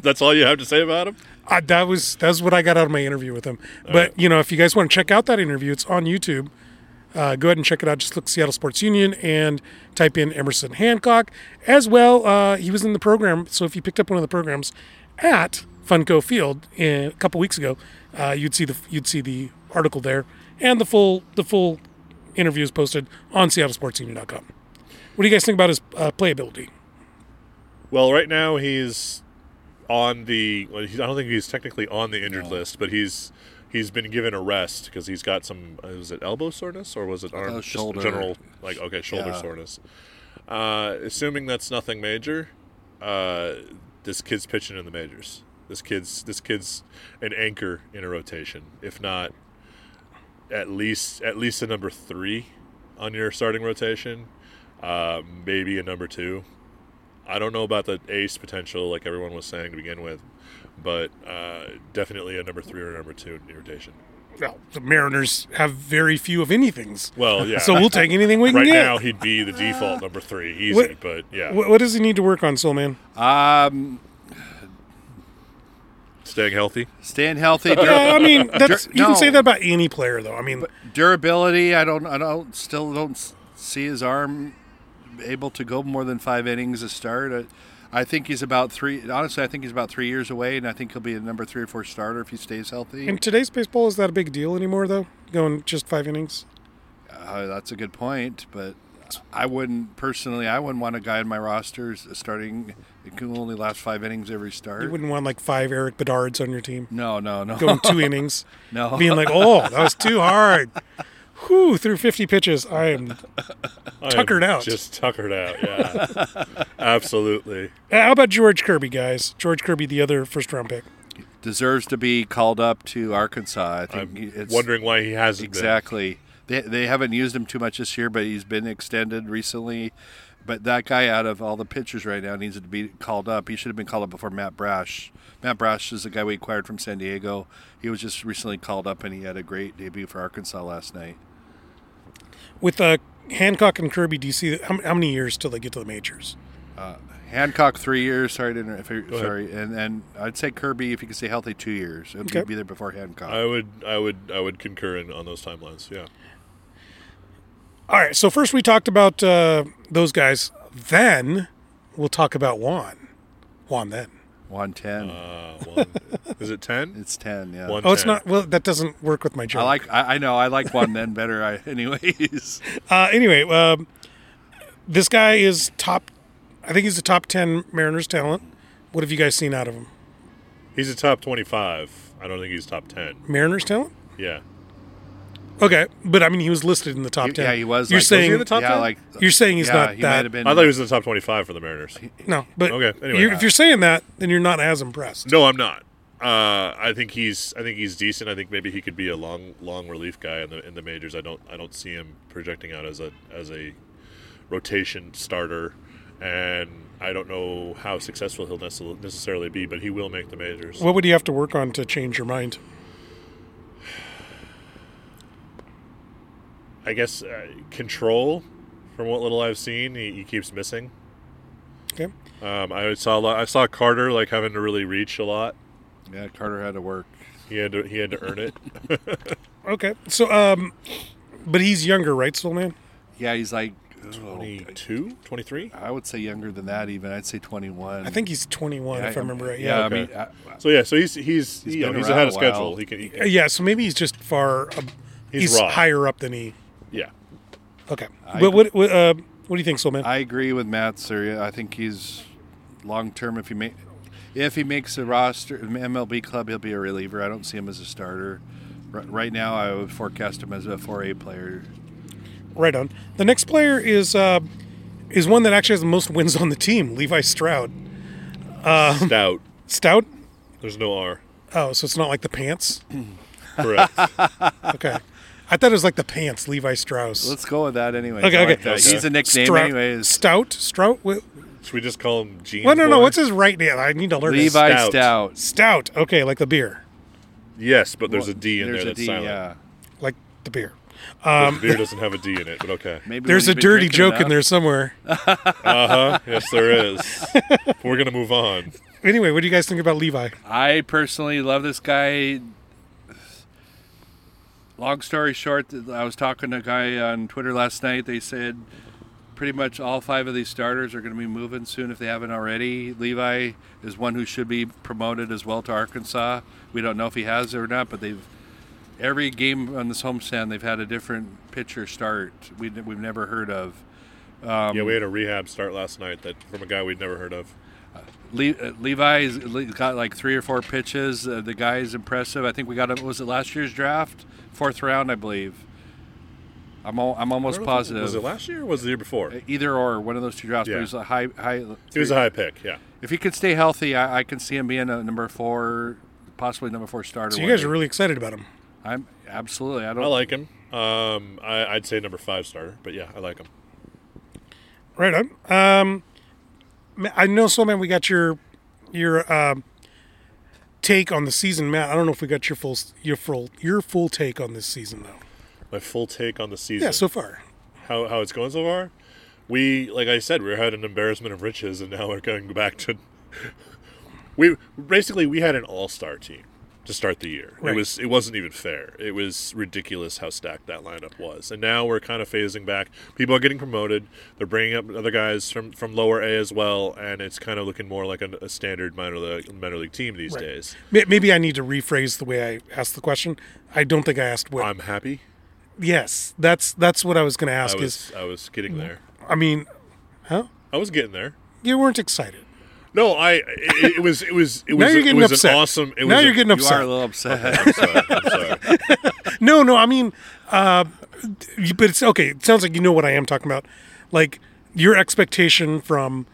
[SPEAKER 3] That's all you have to say about him.
[SPEAKER 1] I, that was that's what I got out of my interview with him. But you know, if you guys want to check out that interview, it's on YouTube. Uh, go ahead and check it out. Just look Seattle Sports Union and type in Emerson Hancock. As well, uh, he was in the program. So if you picked up one of the programs at Funko Field uh, a couple weeks ago, uh, you'd see the you'd see the article there and the full the full interview is posted on SeattleSportsUnion.com. What do you guys think about his uh, playability?
[SPEAKER 3] Well, right now he's on the. Well, he's, I don't think he's technically on the injured list, but he's he's been given a rest because he's got some. uh, Was it elbow soreness or was it arm?
[SPEAKER 2] it was
[SPEAKER 3] just
[SPEAKER 2] shoulder.
[SPEAKER 3] General, like okay, shoulder
[SPEAKER 2] Yeah.
[SPEAKER 3] soreness. Uh, assuming that's nothing major, uh, this kid's pitching in the majors. This kid's this kid's an anchor in a rotation, if not at least at least a number three on your starting rotation, uh, maybe a number two. I don't know about the ace potential, like everyone was saying to begin with, but uh, definitely a number three or a number two in your rotation.
[SPEAKER 1] Well, the Mariners have very few of anything's.
[SPEAKER 3] Well,
[SPEAKER 1] [laughs]
[SPEAKER 3] yeah.
[SPEAKER 1] So we'll take anything we can
[SPEAKER 3] right
[SPEAKER 1] get.
[SPEAKER 3] now he'd be the default number three, easy.
[SPEAKER 1] What-
[SPEAKER 3] but yeah,
[SPEAKER 1] What, what does he need to work on, Soul Man?
[SPEAKER 2] Um,
[SPEAKER 3] staying healthy.
[SPEAKER 2] staying healthy.
[SPEAKER 1] Yeah, Uh, I
[SPEAKER 2] Dur-
[SPEAKER 3] [laughs]
[SPEAKER 1] mean, that's
[SPEAKER 2] Dur-
[SPEAKER 1] you can say
[SPEAKER 2] no.
[SPEAKER 1] that about any player, though. I mean,
[SPEAKER 2] durability. I don't. I don't. Still don't s- see his arm able to go more than five innings a start. I, I think he's about three. Honestly, I think he's about three years away, and I think he'll be a number three or four starter if he stays healthy.
[SPEAKER 1] in today's baseball, is that a big deal anymore, though? Going just five innings?
[SPEAKER 2] Uh, that's a good point, but I wouldn't personally. I wouldn't want a guy in my rosters starting. It can only last five innings every
[SPEAKER 1] You
[SPEAKER 2] start.
[SPEAKER 1] wouldn't want like five Eric Bedards on your team
[SPEAKER 2] No, no, no,
[SPEAKER 1] going
[SPEAKER 3] [laughs]
[SPEAKER 1] two innings,
[SPEAKER 2] [laughs] no.
[SPEAKER 1] being like, "Oh, that was too hard." Whew, through 50 pitches, I am uh,
[SPEAKER 3] I am
[SPEAKER 1] Tuckered out.
[SPEAKER 3] Just tuckered out. Yeah, [laughs] absolutely.
[SPEAKER 1] How about George Kirby, guys? George Kirby, the other first round pick.
[SPEAKER 2] deserves to be called up to Arkansas. I think he- it's
[SPEAKER 3] Wondering why he hasn't been.
[SPEAKER 2] exactly. They, they haven't used him too much this year, but he's been extended recently. But that guy, out of all the pitchers right now, needs to be called up. He should have been called up before Matt Brash. Matt Brash is the guy we acquired from San Diego. He was just recently called up, and he had a great debut for Arkansas last night.
[SPEAKER 1] With uh, Hancock and Kirby, do you see how, how many years till they get to the majors?
[SPEAKER 2] Hancock three years. Sorry, to inter- if you- sorry, and and I'd say Kirby if you could stay healthy two years. It'd
[SPEAKER 1] Okay.
[SPEAKER 2] be there before Hancock.
[SPEAKER 3] I would, I would, I would concur in, on those timelines. Yeah.
[SPEAKER 1] All right. So first we talked about uh, those guys. Then we'll talk about Juan. Juan then.
[SPEAKER 2] One ten.
[SPEAKER 3] Uh, [laughs] well, is it ten?
[SPEAKER 2] it's ten. Yeah.
[SPEAKER 3] One
[SPEAKER 1] Oh, it's
[SPEAKER 3] ten.
[SPEAKER 1] not. Well, that doesn't work with my joke.
[SPEAKER 2] I like. I, I know. I like one then better. I, [laughs] anyways.
[SPEAKER 1] Uh, anyway, um, this guy is top. I think he's the top ten Mariners talent. What have you guys seen out of him?
[SPEAKER 3] He's a top twenty-five. I don't think he's top ten.
[SPEAKER 1] Mariners talent.
[SPEAKER 3] Yeah.
[SPEAKER 1] Okay, but I mean, he was listed in the top ten.
[SPEAKER 2] Yeah, he was.
[SPEAKER 1] You're
[SPEAKER 2] like,
[SPEAKER 1] saying
[SPEAKER 2] was he in the top
[SPEAKER 3] yeah,
[SPEAKER 2] 10?
[SPEAKER 3] like-
[SPEAKER 1] you're saying he's
[SPEAKER 2] yeah,
[SPEAKER 1] not
[SPEAKER 2] he
[SPEAKER 1] that-
[SPEAKER 2] Might have been,
[SPEAKER 3] I thought he was in the top 25 for the Mariners.
[SPEAKER 1] no. But
[SPEAKER 3] Okay, anyway.
[SPEAKER 1] you're, if you're saying that, then you're not as impressed.
[SPEAKER 3] No, I'm not. Uh, I think he's I think he's decent. I think maybe he could be a long long relief guy in the in the majors. I don't I don't see him projecting out as a as a rotation starter, and I don't know how successful he'll necess- necessarily be, but he will make the majors.
[SPEAKER 1] What would you have to work on to change your mind?
[SPEAKER 3] I guess uh, control, from what little I've seen, he, he keeps missing.
[SPEAKER 1] Okay.
[SPEAKER 3] Um, I saw a lot, I saw Carter like having to really reach a lot.
[SPEAKER 2] Yeah, Carter had to work.
[SPEAKER 3] He had to he had
[SPEAKER 2] [laughs]
[SPEAKER 3] to earn it.
[SPEAKER 1] Okay. So, um, but he's younger, right, Soul Man?
[SPEAKER 2] Yeah, he's like, oh,
[SPEAKER 3] 22, 23?
[SPEAKER 2] I would say younger than that even. I'd say 21.
[SPEAKER 1] I think he's 21, if I remember right.
[SPEAKER 2] Yeah,
[SPEAKER 1] Yeah.
[SPEAKER 3] Okay.
[SPEAKER 2] I mean, I,
[SPEAKER 3] So yeah, so he's he's
[SPEAKER 2] He's
[SPEAKER 3] you know,
[SPEAKER 2] been
[SPEAKER 3] he's
[SPEAKER 2] around
[SPEAKER 3] ahead of
[SPEAKER 2] a while.
[SPEAKER 3] schedule. He can, he
[SPEAKER 1] yeah.
[SPEAKER 3] can
[SPEAKER 1] So maybe he's just far. ab-
[SPEAKER 3] He's
[SPEAKER 1] he's
[SPEAKER 3] raw.
[SPEAKER 1] higher up than he.
[SPEAKER 3] yeah.
[SPEAKER 1] Okay. But what what, uh, what do you think, Soul Man?
[SPEAKER 2] I agree with Matt Surya. I think he's long term. If he make, if he makes the roster MLB club, he'll be a reliever. I don't see him as a starter. R- right now, I would forecast him as a 4A player.
[SPEAKER 1] right on. The next player is uh, is one that actually has the most wins on the team, Levi Stroud.
[SPEAKER 3] Stout.
[SPEAKER 1] Stout.
[SPEAKER 3] There's no R.
[SPEAKER 1] Oh, so it's not like the pants.
[SPEAKER 2] [laughs]
[SPEAKER 3] Correct.
[SPEAKER 1] Okay. I thought it was like the pants, Levi Strauss.
[SPEAKER 2] Let's go with that anyway.
[SPEAKER 1] Okay,
[SPEAKER 2] I like
[SPEAKER 1] okay.
[SPEAKER 2] that.
[SPEAKER 3] Okay.
[SPEAKER 2] He's a nickname,
[SPEAKER 1] Strout-
[SPEAKER 2] anyways.
[SPEAKER 1] Stout, Strout. What?
[SPEAKER 3] Should we just call him Gene?
[SPEAKER 1] Well, no, no.
[SPEAKER 3] Boy?
[SPEAKER 1] What's his right name? I need to learn. his-
[SPEAKER 2] Levi
[SPEAKER 3] Stout.
[SPEAKER 2] Stout.
[SPEAKER 1] Stout. Okay, like the beer,
[SPEAKER 3] Yes, but there's a D in
[SPEAKER 2] There's
[SPEAKER 3] there
[SPEAKER 2] a
[SPEAKER 3] that's
[SPEAKER 2] D,
[SPEAKER 3] silent.
[SPEAKER 2] Yeah.
[SPEAKER 1] like the beer. Um,
[SPEAKER 3] The beer doesn't have a D in it,
[SPEAKER 2] [laughs]
[SPEAKER 3] but okay.
[SPEAKER 2] Maybe
[SPEAKER 1] There's a
[SPEAKER 2] when you've been
[SPEAKER 1] dirty
[SPEAKER 2] drinking
[SPEAKER 1] joke in
[SPEAKER 2] enough.
[SPEAKER 1] there somewhere.
[SPEAKER 3] Uh huh. Yes, there
[SPEAKER 2] [laughs]
[SPEAKER 3] is. We're gonna move on.
[SPEAKER 1] anyway, what do you guys think about Levi?
[SPEAKER 2] I personally love this guy. Long story short, I was talking to a guy on Twitter last night. They said pretty much all five of these starters are going to be moving soon if they haven't already. Levi is one who should be promoted as well to Arkansas. We don't know if he has or not, but they've every game on this homestand they've had a different pitcher start. We, we've never heard of. Um,
[SPEAKER 3] yeah, we had a rehab start last night that from a guy we'd never heard of.
[SPEAKER 2] Le- uh, Levi's le- got like three or four pitches. Uh, the guy is impressive. I think we got him. Was it last year's draft? Fourth round, I believe. I'm al- I'm almost positive. Uh,
[SPEAKER 3] Was it last year or was it the year before?
[SPEAKER 2] Either or, one of those two drafts. But
[SPEAKER 3] Yeah.
[SPEAKER 2] he was a high high.
[SPEAKER 3] He was a high pick, yeah.
[SPEAKER 2] if he could stay healthy, I, I can see him being a number four, possibly number four starter.
[SPEAKER 1] So you
[SPEAKER 2] one
[SPEAKER 1] guys
[SPEAKER 2] day.
[SPEAKER 1] are really excited about him.
[SPEAKER 2] I'm absolutely. I don't.
[SPEAKER 3] I like him. Um, I, I'd say number five starter, but yeah, I like him.
[SPEAKER 1] Right on. Um, ma- I know, Soul Man, we got your your um, take on the season, Matt. I don't know if we got your full s- your full your full take on this season though.
[SPEAKER 3] My full take on the season.
[SPEAKER 1] Yeah, so far.
[SPEAKER 3] how, how it's going so far. We, like I said, we had an embarrassment of riches, and now we're going back to. [laughs] We basically we had an all-star team to start the year. It
[SPEAKER 1] Right.
[SPEAKER 3] was it wasn't even fair. It was ridiculous how stacked that lineup was. And now we're kind of phasing back. People are getting promoted. They're bringing up other guys from from lower A as well, and it's kind of looking more like a, a standard minor league, minor league team these
[SPEAKER 1] Right.
[SPEAKER 3] days.
[SPEAKER 1] May- Maybe I need to rephrase the way I asked the question. I don't think I asked what.
[SPEAKER 3] I'm happy.
[SPEAKER 1] yes, that's that's what I was going to
[SPEAKER 3] I
[SPEAKER 1] ask. is
[SPEAKER 3] was I was getting
[SPEAKER 1] Mm-hmm.
[SPEAKER 3] there.
[SPEAKER 1] I mean, huh?
[SPEAKER 3] I was getting there.
[SPEAKER 1] You weren't excited.
[SPEAKER 3] No, I. It, it was. It was. It was.
[SPEAKER 1] Now you're
[SPEAKER 3] it
[SPEAKER 1] getting
[SPEAKER 3] was
[SPEAKER 1] upset.
[SPEAKER 3] An awesome. It
[SPEAKER 1] now
[SPEAKER 3] was
[SPEAKER 1] you're
[SPEAKER 3] a-
[SPEAKER 1] getting
[SPEAKER 2] You
[SPEAKER 1] upset.
[SPEAKER 2] are a little [laughs] upset.
[SPEAKER 3] [laughs] I'm sorry. I'm
[SPEAKER 1] [laughs]
[SPEAKER 3] sorry.
[SPEAKER 1] No, no, I mean, uh, you- but it's okay. It sounds like you know what I am talking about. Like your expectation from,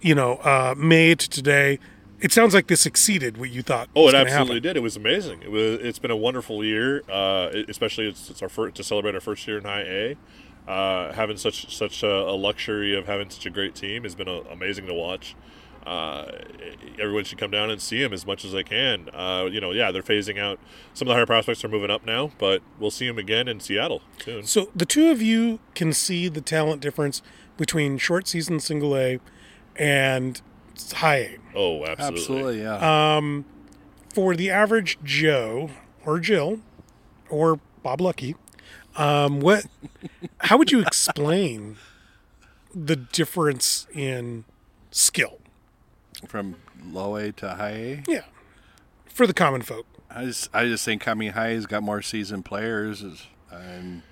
[SPEAKER 1] you know, uh, May to today. It sounds like this exceeded what you thought.
[SPEAKER 3] Oh,
[SPEAKER 1] was
[SPEAKER 3] it
[SPEAKER 1] gonna
[SPEAKER 3] absolutely
[SPEAKER 1] happen.
[SPEAKER 3] did. It was amazing. It was. It's been a wonderful year. Uh, it- especially it's, it's our first to celebrate our first year in High A. Uh, having such such a, a luxury of having such a great team has been a, amazing to watch. Uh, everyone should come down and see them as much as they can. Uh, you know, yeah, they're phasing out. Some of the higher prospects are moving up now, but we'll see them again in Seattle soon.
[SPEAKER 1] So the two of you can see the talent difference between short season single A and high A.
[SPEAKER 3] Oh, absolutely.
[SPEAKER 2] absolutely. Yeah.
[SPEAKER 1] for the average Joe or Jill or Bob Lucky, um, what? How would you explain the difference in skill?
[SPEAKER 3] Um,
[SPEAKER 2] From low A to high A.
[SPEAKER 1] Yeah, for the common folk.
[SPEAKER 2] I just I just think I mean high A's got more seasoned players. Is, and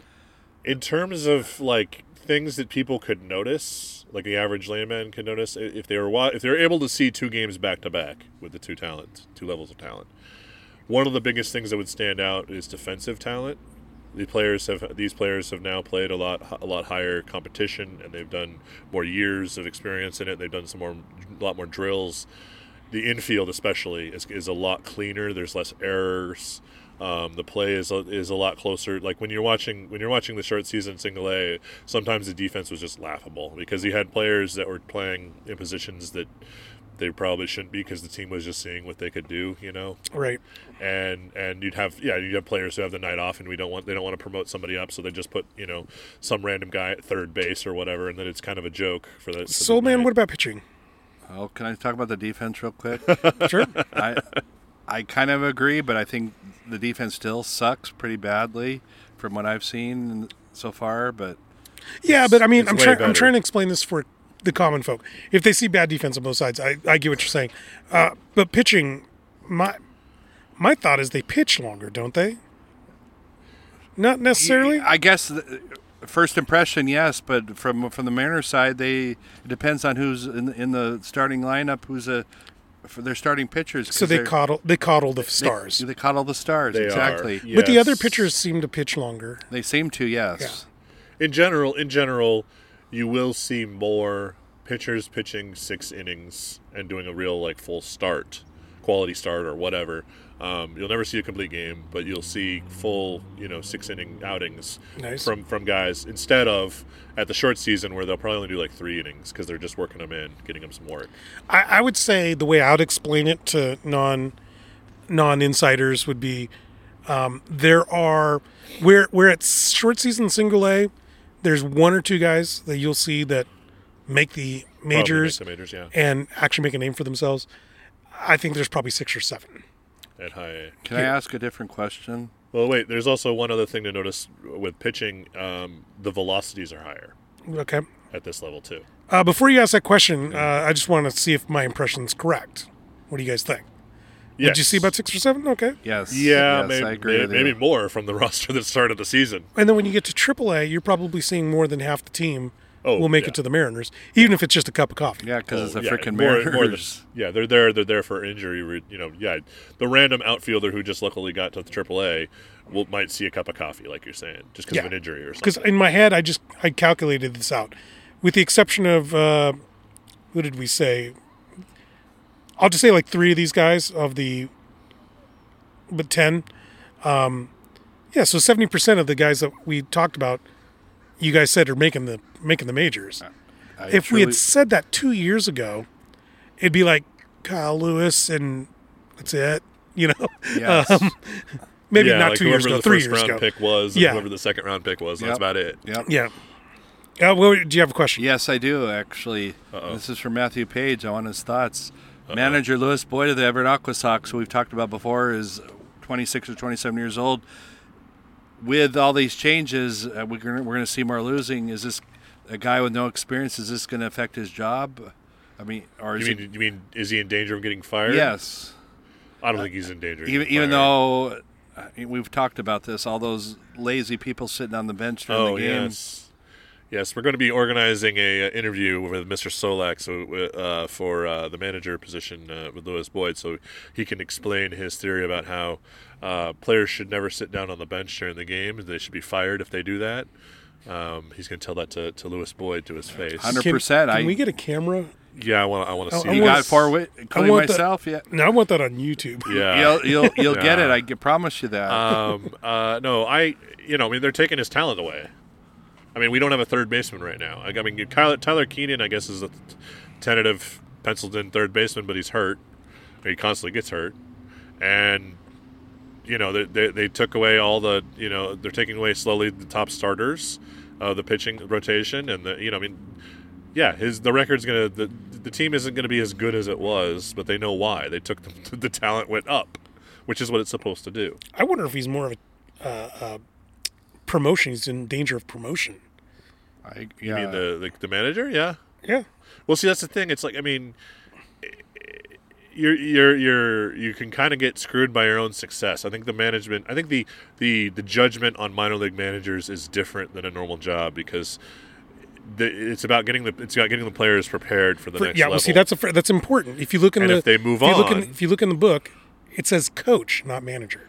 [SPEAKER 3] in terms of like things that people could notice, like the average layman could notice i- if they were wa- if they were able to see two games back to back with the two talents, two levels of talent. One of the biggest things that would stand out is defensive talent. The players have these players have now played a lot a lot higher competition, and they've done more years of experience in it. They've done some more a lot more drills. The infield, especially, is, is a lot cleaner. There's less errors. Um, the play is a, is a lot closer. Like when you're watching when you're watching the short season single A, sometimes the defense was just laughable because you had players that were playing in positions that they probably shouldn't be because the team was just seeing what they could do. You know,
[SPEAKER 1] Right.
[SPEAKER 3] and and you'd have yeah you'd have players who have the night off and we don't want they don't want to promote somebody up so they just put you know some random guy at third base or whatever and then it's kind of a joke for the for the
[SPEAKER 1] So, man,
[SPEAKER 3] night.
[SPEAKER 1] what about pitching?
[SPEAKER 2] Oh, can I talk about the defense real quick?
[SPEAKER 1] [laughs] Sure.
[SPEAKER 2] I I kind of agree, but I think the defense still sucks pretty badly from what I've seen so far. But
[SPEAKER 1] Yeah, but I mean,
[SPEAKER 3] it's
[SPEAKER 1] I'm
[SPEAKER 3] way
[SPEAKER 1] trying. I'm
[SPEAKER 3] better.
[SPEAKER 1] trying to explain this for the common folk. If they see bad defense on both sides, I, I get what you're saying. Uh, but pitching, my my thought is they pitch longer, don't they? Not necessarily.
[SPEAKER 2] I guess the, first impression, yes, but from from the Mariners side, they it depends on who's in, in the starting lineup, who's a for their starting pitchers. 'cause
[SPEAKER 1] So they
[SPEAKER 2] they're-
[SPEAKER 1] coddle. They coddle the
[SPEAKER 2] they-
[SPEAKER 1] stars.
[SPEAKER 2] They, caught all the stars
[SPEAKER 3] They are,
[SPEAKER 2] exactly.
[SPEAKER 3] yeah.
[SPEAKER 1] But the other
[SPEAKER 3] Yes.
[SPEAKER 1] pitchers seem to pitch longer.
[SPEAKER 2] They seem to, yes.
[SPEAKER 3] in general in general you will see more pitchers pitching six innings and doing a real like full start quality start or whatever um, you'll never see a complete game but you'll see full you know six inning outings
[SPEAKER 1] Nice.
[SPEAKER 3] from from guys instead of at the short season where they'll probably only do like three innings because they're just working them in getting them some work
[SPEAKER 1] I, I would say the way I'd explain it to non non insiders would be um, there are where where it's short season single A, there's one or two guys that you'll see that make the
[SPEAKER 3] Probably make
[SPEAKER 1] majors
[SPEAKER 3] the majors yeah
[SPEAKER 1] and actually make a name for themselves. I think there's probably six or seven.
[SPEAKER 3] at high A.
[SPEAKER 2] Can I ask a different question?
[SPEAKER 3] Well, wait. There's also one other thing to notice with pitching: um, the velocities are higher
[SPEAKER 1] Okay.
[SPEAKER 3] at this level too.
[SPEAKER 1] Uh, before you ask that question, uh, I just want to see if my impression's correct. What do you guys think?
[SPEAKER 3] Yes.
[SPEAKER 1] Did you see about six or seven? Okay.
[SPEAKER 2] Yes.
[SPEAKER 3] Yeah,
[SPEAKER 2] yes,
[SPEAKER 3] maybe,
[SPEAKER 2] I agree.
[SPEAKER 3] may-
[SPEAKER 2] with you.
[SPEAKER 3] maybe more from the [laughs] roster that started the season.
[SPEAKER 1] And then when you get to AAA, you're probably seeing more than half the team
[SPEAKER 3] Oh,
[SPEAKER 1] will make
[SPEAKER 3] yeah.
[SPEAKER 1] it to the Mariners, even if it's just a cup of coffee.
[SPEAKER 2] Yeah, because it's
[SPEAKER 3] Oh,
[SPEAKER 2] the
[SPEAKER 3] yeah,
[SPEAKER 2] freaking
[SPEAKER 3] more-
[SPEAKER 2] Mariners.
[SPEAKER 3] more than- [laughs] yeah, they're there. They're there for injury. re- You know, yeah, the random outfielder who just luckily got to the AAA will might see a cup of coffee, like you're saying, just because
[SPEAKER 1] Yeah.
[SPEAKER 3] of an injury or something.
[SPEAKER 1] Because in my head, I just I calculated this out, with the exception of uh, who did we say? I'll just say like three of these guys of the, but ten, um, yeah. So seventy percent of the guys that we talked about, you guys said are making the making the majors.
[SPEAKER 2] I
[SPEAKER 1] if we
[SPEAKER 2] truly-
[SPEAKER 1] had said that two years ago, it'd be like Kyle Lewis and that's it. You know, [laughs]
[SPEAKER 2] Yes.
[SPEAKER 1] um, maybe
[SPEAKER 3] yeah,
[SPEAKER 1] not
[SPEAKER 3] like
[SPEAKER 1] two years
[SPEAKER 3] whoever
[SPEAKER 1] ago,
[SPEAKER 3] the
[SPEAKER 1] three
[SPEAKER 3] first
[SPEAKER 1] years
[SPEAKER 3] round
[SPEAKER 1] ago.
[SPEAKER 3] pick was, and
[SPEAKER 1] Yeah.
[SPEAKER 3] whoever the second round pick was. and
[SPEAKER 2] Yep.
[SPEAKER 3] That's about it.
[SPEAKER 2] Yep.
[SPEAKER 1] Yeah. Uh, well, do you have a question?
[SPEAKER 2] Yes, I do actually. This is from Matthew Page. I want his thoughts. Manager Lewis Boyd of the Everett Aqua Sox, who we've talked about before, is 26 or 27 years old. With all these changes, uh, we're going we're going to see more losing. Is this a guy with no experience? Is this going to affect his job? I mean, or is
[SPEAKER 3] You mean, you mean is he in danger of getting fired?
[SPEAKER 2] it? Yes.
[SPEAKER 3] I don't think he's in danger. of
[SPEAKER 2] Even,
[SPEAKER 3] getting
[SPEAKER 2] even
[SPEAKER 3] fired.
[SPEAKER 2] though uh, we've talked about this, all those lazy people sitting on the bench during
[SPEAKER 3] Oh
[SPEAKER 2] the game.
[SPEAKER 3] yes, yes. We're going to be organizing a uh, interview with Mr. Solak, so uh, for uh, the manager position uh, with Lewis Boyd, so he can explain his theory about how uh, players should never sit down on the bench during the game. They should be fired if they do that. Um, he's going to tell that to, to Lewis Boyd to his face.
[SPEAKER 2] 100%.
[SPEAKER 1] Can, can
[SPEAKER 2] I-
[SPEAKER 1] we get a camera?
[SPEAKER 3] Yeah, I want. I want to see.
[SPEAKER 1] Oh, I
[SPEAKER 2] You
[SPEAKER 3] that.
[SPEAKER 1] want-
[SPEAKER 2] got four, wi- including
[SPEAKER 1] want the-
[SPEAKER 2] myself. yeah.
[SPEAKER 1] No, I want that on YouTube.
[SPEAKER 3] yeah. [laughs]
[SPEAKER 2] You'll you'll you'll get it.
[SPEAKER 3] Yeah.
[SPEAKER 2] I g- promise you that.
[SPEAKER 3] um, uh, no, I, you know, I mean, they're taking his talent away. I mean, we don't have a third baseman right now. I, I mean, Tyler, Tyler Keenan, I guess, is a t- tentative penciled in third baseman, but he's hurt. He constantly gets hurt, and you know, they, they, they took away all the, you know, they're taking away slowly the top starters of the pitching rotation, and the, you know, I mean, yeah, his the record's gonna the, the team isn't gonna be as good as it was, but they know why. They took the, [laughs] the talent went up, which is what it's supposed to do.
[SPEAKER 1] [laughs] I wonder if he's more of a uh, uh, promotion. He's in danger of promotion.
[SPEAKER 2] I, yeah.
[SPEAKER 3] You
[SPEAKER 1] Uh,
[SPEAKER 3] mean the, the the manager? Yeah.
[SPEAKER 1] Yeah.
[SPEAKER 3] Well, see, that's the thing. It's like I mean, you're you're you're you can kind of get screwed by your own success. I think the management, I think the the the judgment on minor league managers is different than a normal job because the, it's about getting the it's about getting the players prepared for the
[SPEAKER 1] For-
[SPEAKER 3] next
[SPEAKER 1] yeah.
[SPEAKER 3] level.
[SPEAKER 1] Well, see, that's a fr- that's important. If you look in
[SPEAKER 3] And
[SPEAKER 1] the
[SPEAKER 3] if they move
[SPEAKER 1] you look in-
[SPEAKER 3] on-
[SPEAKER 1] if you look in the book, it says coach, not manager.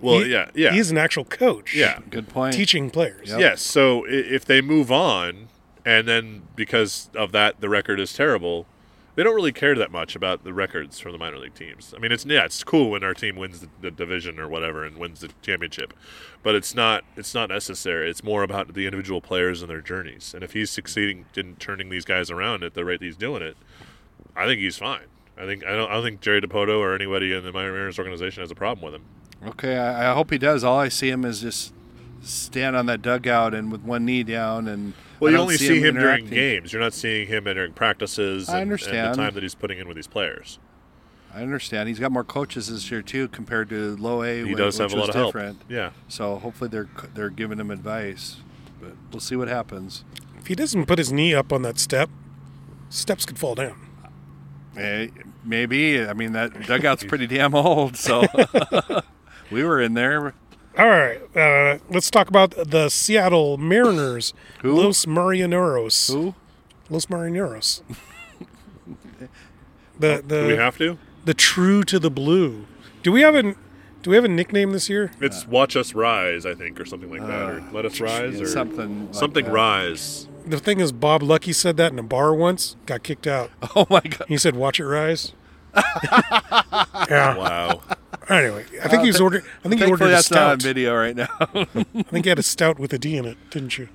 [SPEAKER 3] well,
[SPEAKER 1] He-
[SPEAKER 3] yeah, yeah,
[SPEAKER 1] He's an actual coach.
[SPEAKER 3] yeah.
[SPEAKER 2] Good point.
[SPEAKER 1] Teaching players.
[SPEAKER 2] Yep.
[SPEAKER 3] Yes. So i- if they move on, and then because of that, the record is terrible, they don't really care that much about the records from the minor league teams. I mean, it's yeah, it's cool when our team wins the, the division or whatever and wins the championship, but it's not it's not necessary. It's more about the individual players and their journeys. And if he's succeeding in turning these guys around at the rate he's doing it, I think he's fine. I think I don't I don't think Jerry Depoto or anybody in the minor Mariners organization has a problem with him.
[SPEAKER 2] Okay, I, I hope he does. All I see him is just stand on that dugout and with one knee down and.
[SPEAKER 3] Well,
[SPEAKER 2] I
[SPEAKER 3] you
[SPEAKER 2] don't
[SPEAKER 3] only see him, during
[SPEAKER 2] interacting.
[SPEAKER 3] games. You're not seeing him during practices
[SPEAKER 2] I
[SPEAKER 3] and, and
[SPEAKER 2] understand.
[SPEAKER 3] the time that he's putting in with these players.
[SPEAKER 2] I understand. He's got more coaches this year too compared to low A.
[SPEAKER 3] He
[SPEAKER 2] which,
[SPEAKER 3] does
[SPEAKER 2] which
[SPEAKER 3] have a lot
[SPEAKER 2] was
[SPEAKER 3] of help.
[SPEAKER 2] different.
[SPEAKER 3] Yeah.
[SPEAKER 2] So hopefully they're they're giving him advice, but we'll see what happens.
[SPEAKER 1] If he doesn't put his knee up on that step, steps could fall down.
[SPEAKER 2] Eh, maybe I mean
[SPEAKER 3] [laughs]
[SPEAKER 2] that dugout's pretty damn old, so [laughs] we were in there.
[SPEAKER 1] All right, uh, let's talk about the Seattle Mariners.
[SPEAKER 2] Who?
[SPEAKER 1] Los Marineros.
[SPEAKER 2] Who?
[SPEAKER 1] Los
[SPEAKER 2] [laughs]
[SPEAKER 1] Marineros. the the
[SPEAKER 3] Do we have to?
[SPEAKER 1] the true to the blue. Do we have a do we have a nickname this year?
[SPEAKER 3] It's
[SPEAKER 2] Uh,
[SPEAKER 3] "Watch Us Rise," I think, or something like that, or "Let Us Rise," or
[SPEAKER 2] Something. like
[SPEAKER 3] something
[SPEAKER 2] that.
[SPEAKER 3] rise.
[SPEAKER 1] The thing is, Bob Lucky said that in a bar once, got kicked out.
[SPEAKER 2] [laughs] Oh my god.
[SPEAKER 1] He said, "Watch it
[SPEAKER 2] [laughs]
[SPEAKER 1] rise." yeah.
[SPEAKER 3] Wow.
[SPEAKER 1] Anyway, I think he was ordering. I think he
[SPEAKER 2] Uh, Thankfully,
[SPEAKER 1] ordered a
[SPEAKER 2] that's not on
[SPEAKER 1] stout.
[SPEAKER 2] video right now.
[SPEAKER 1] I think he had a stout with a D in it, didn't you?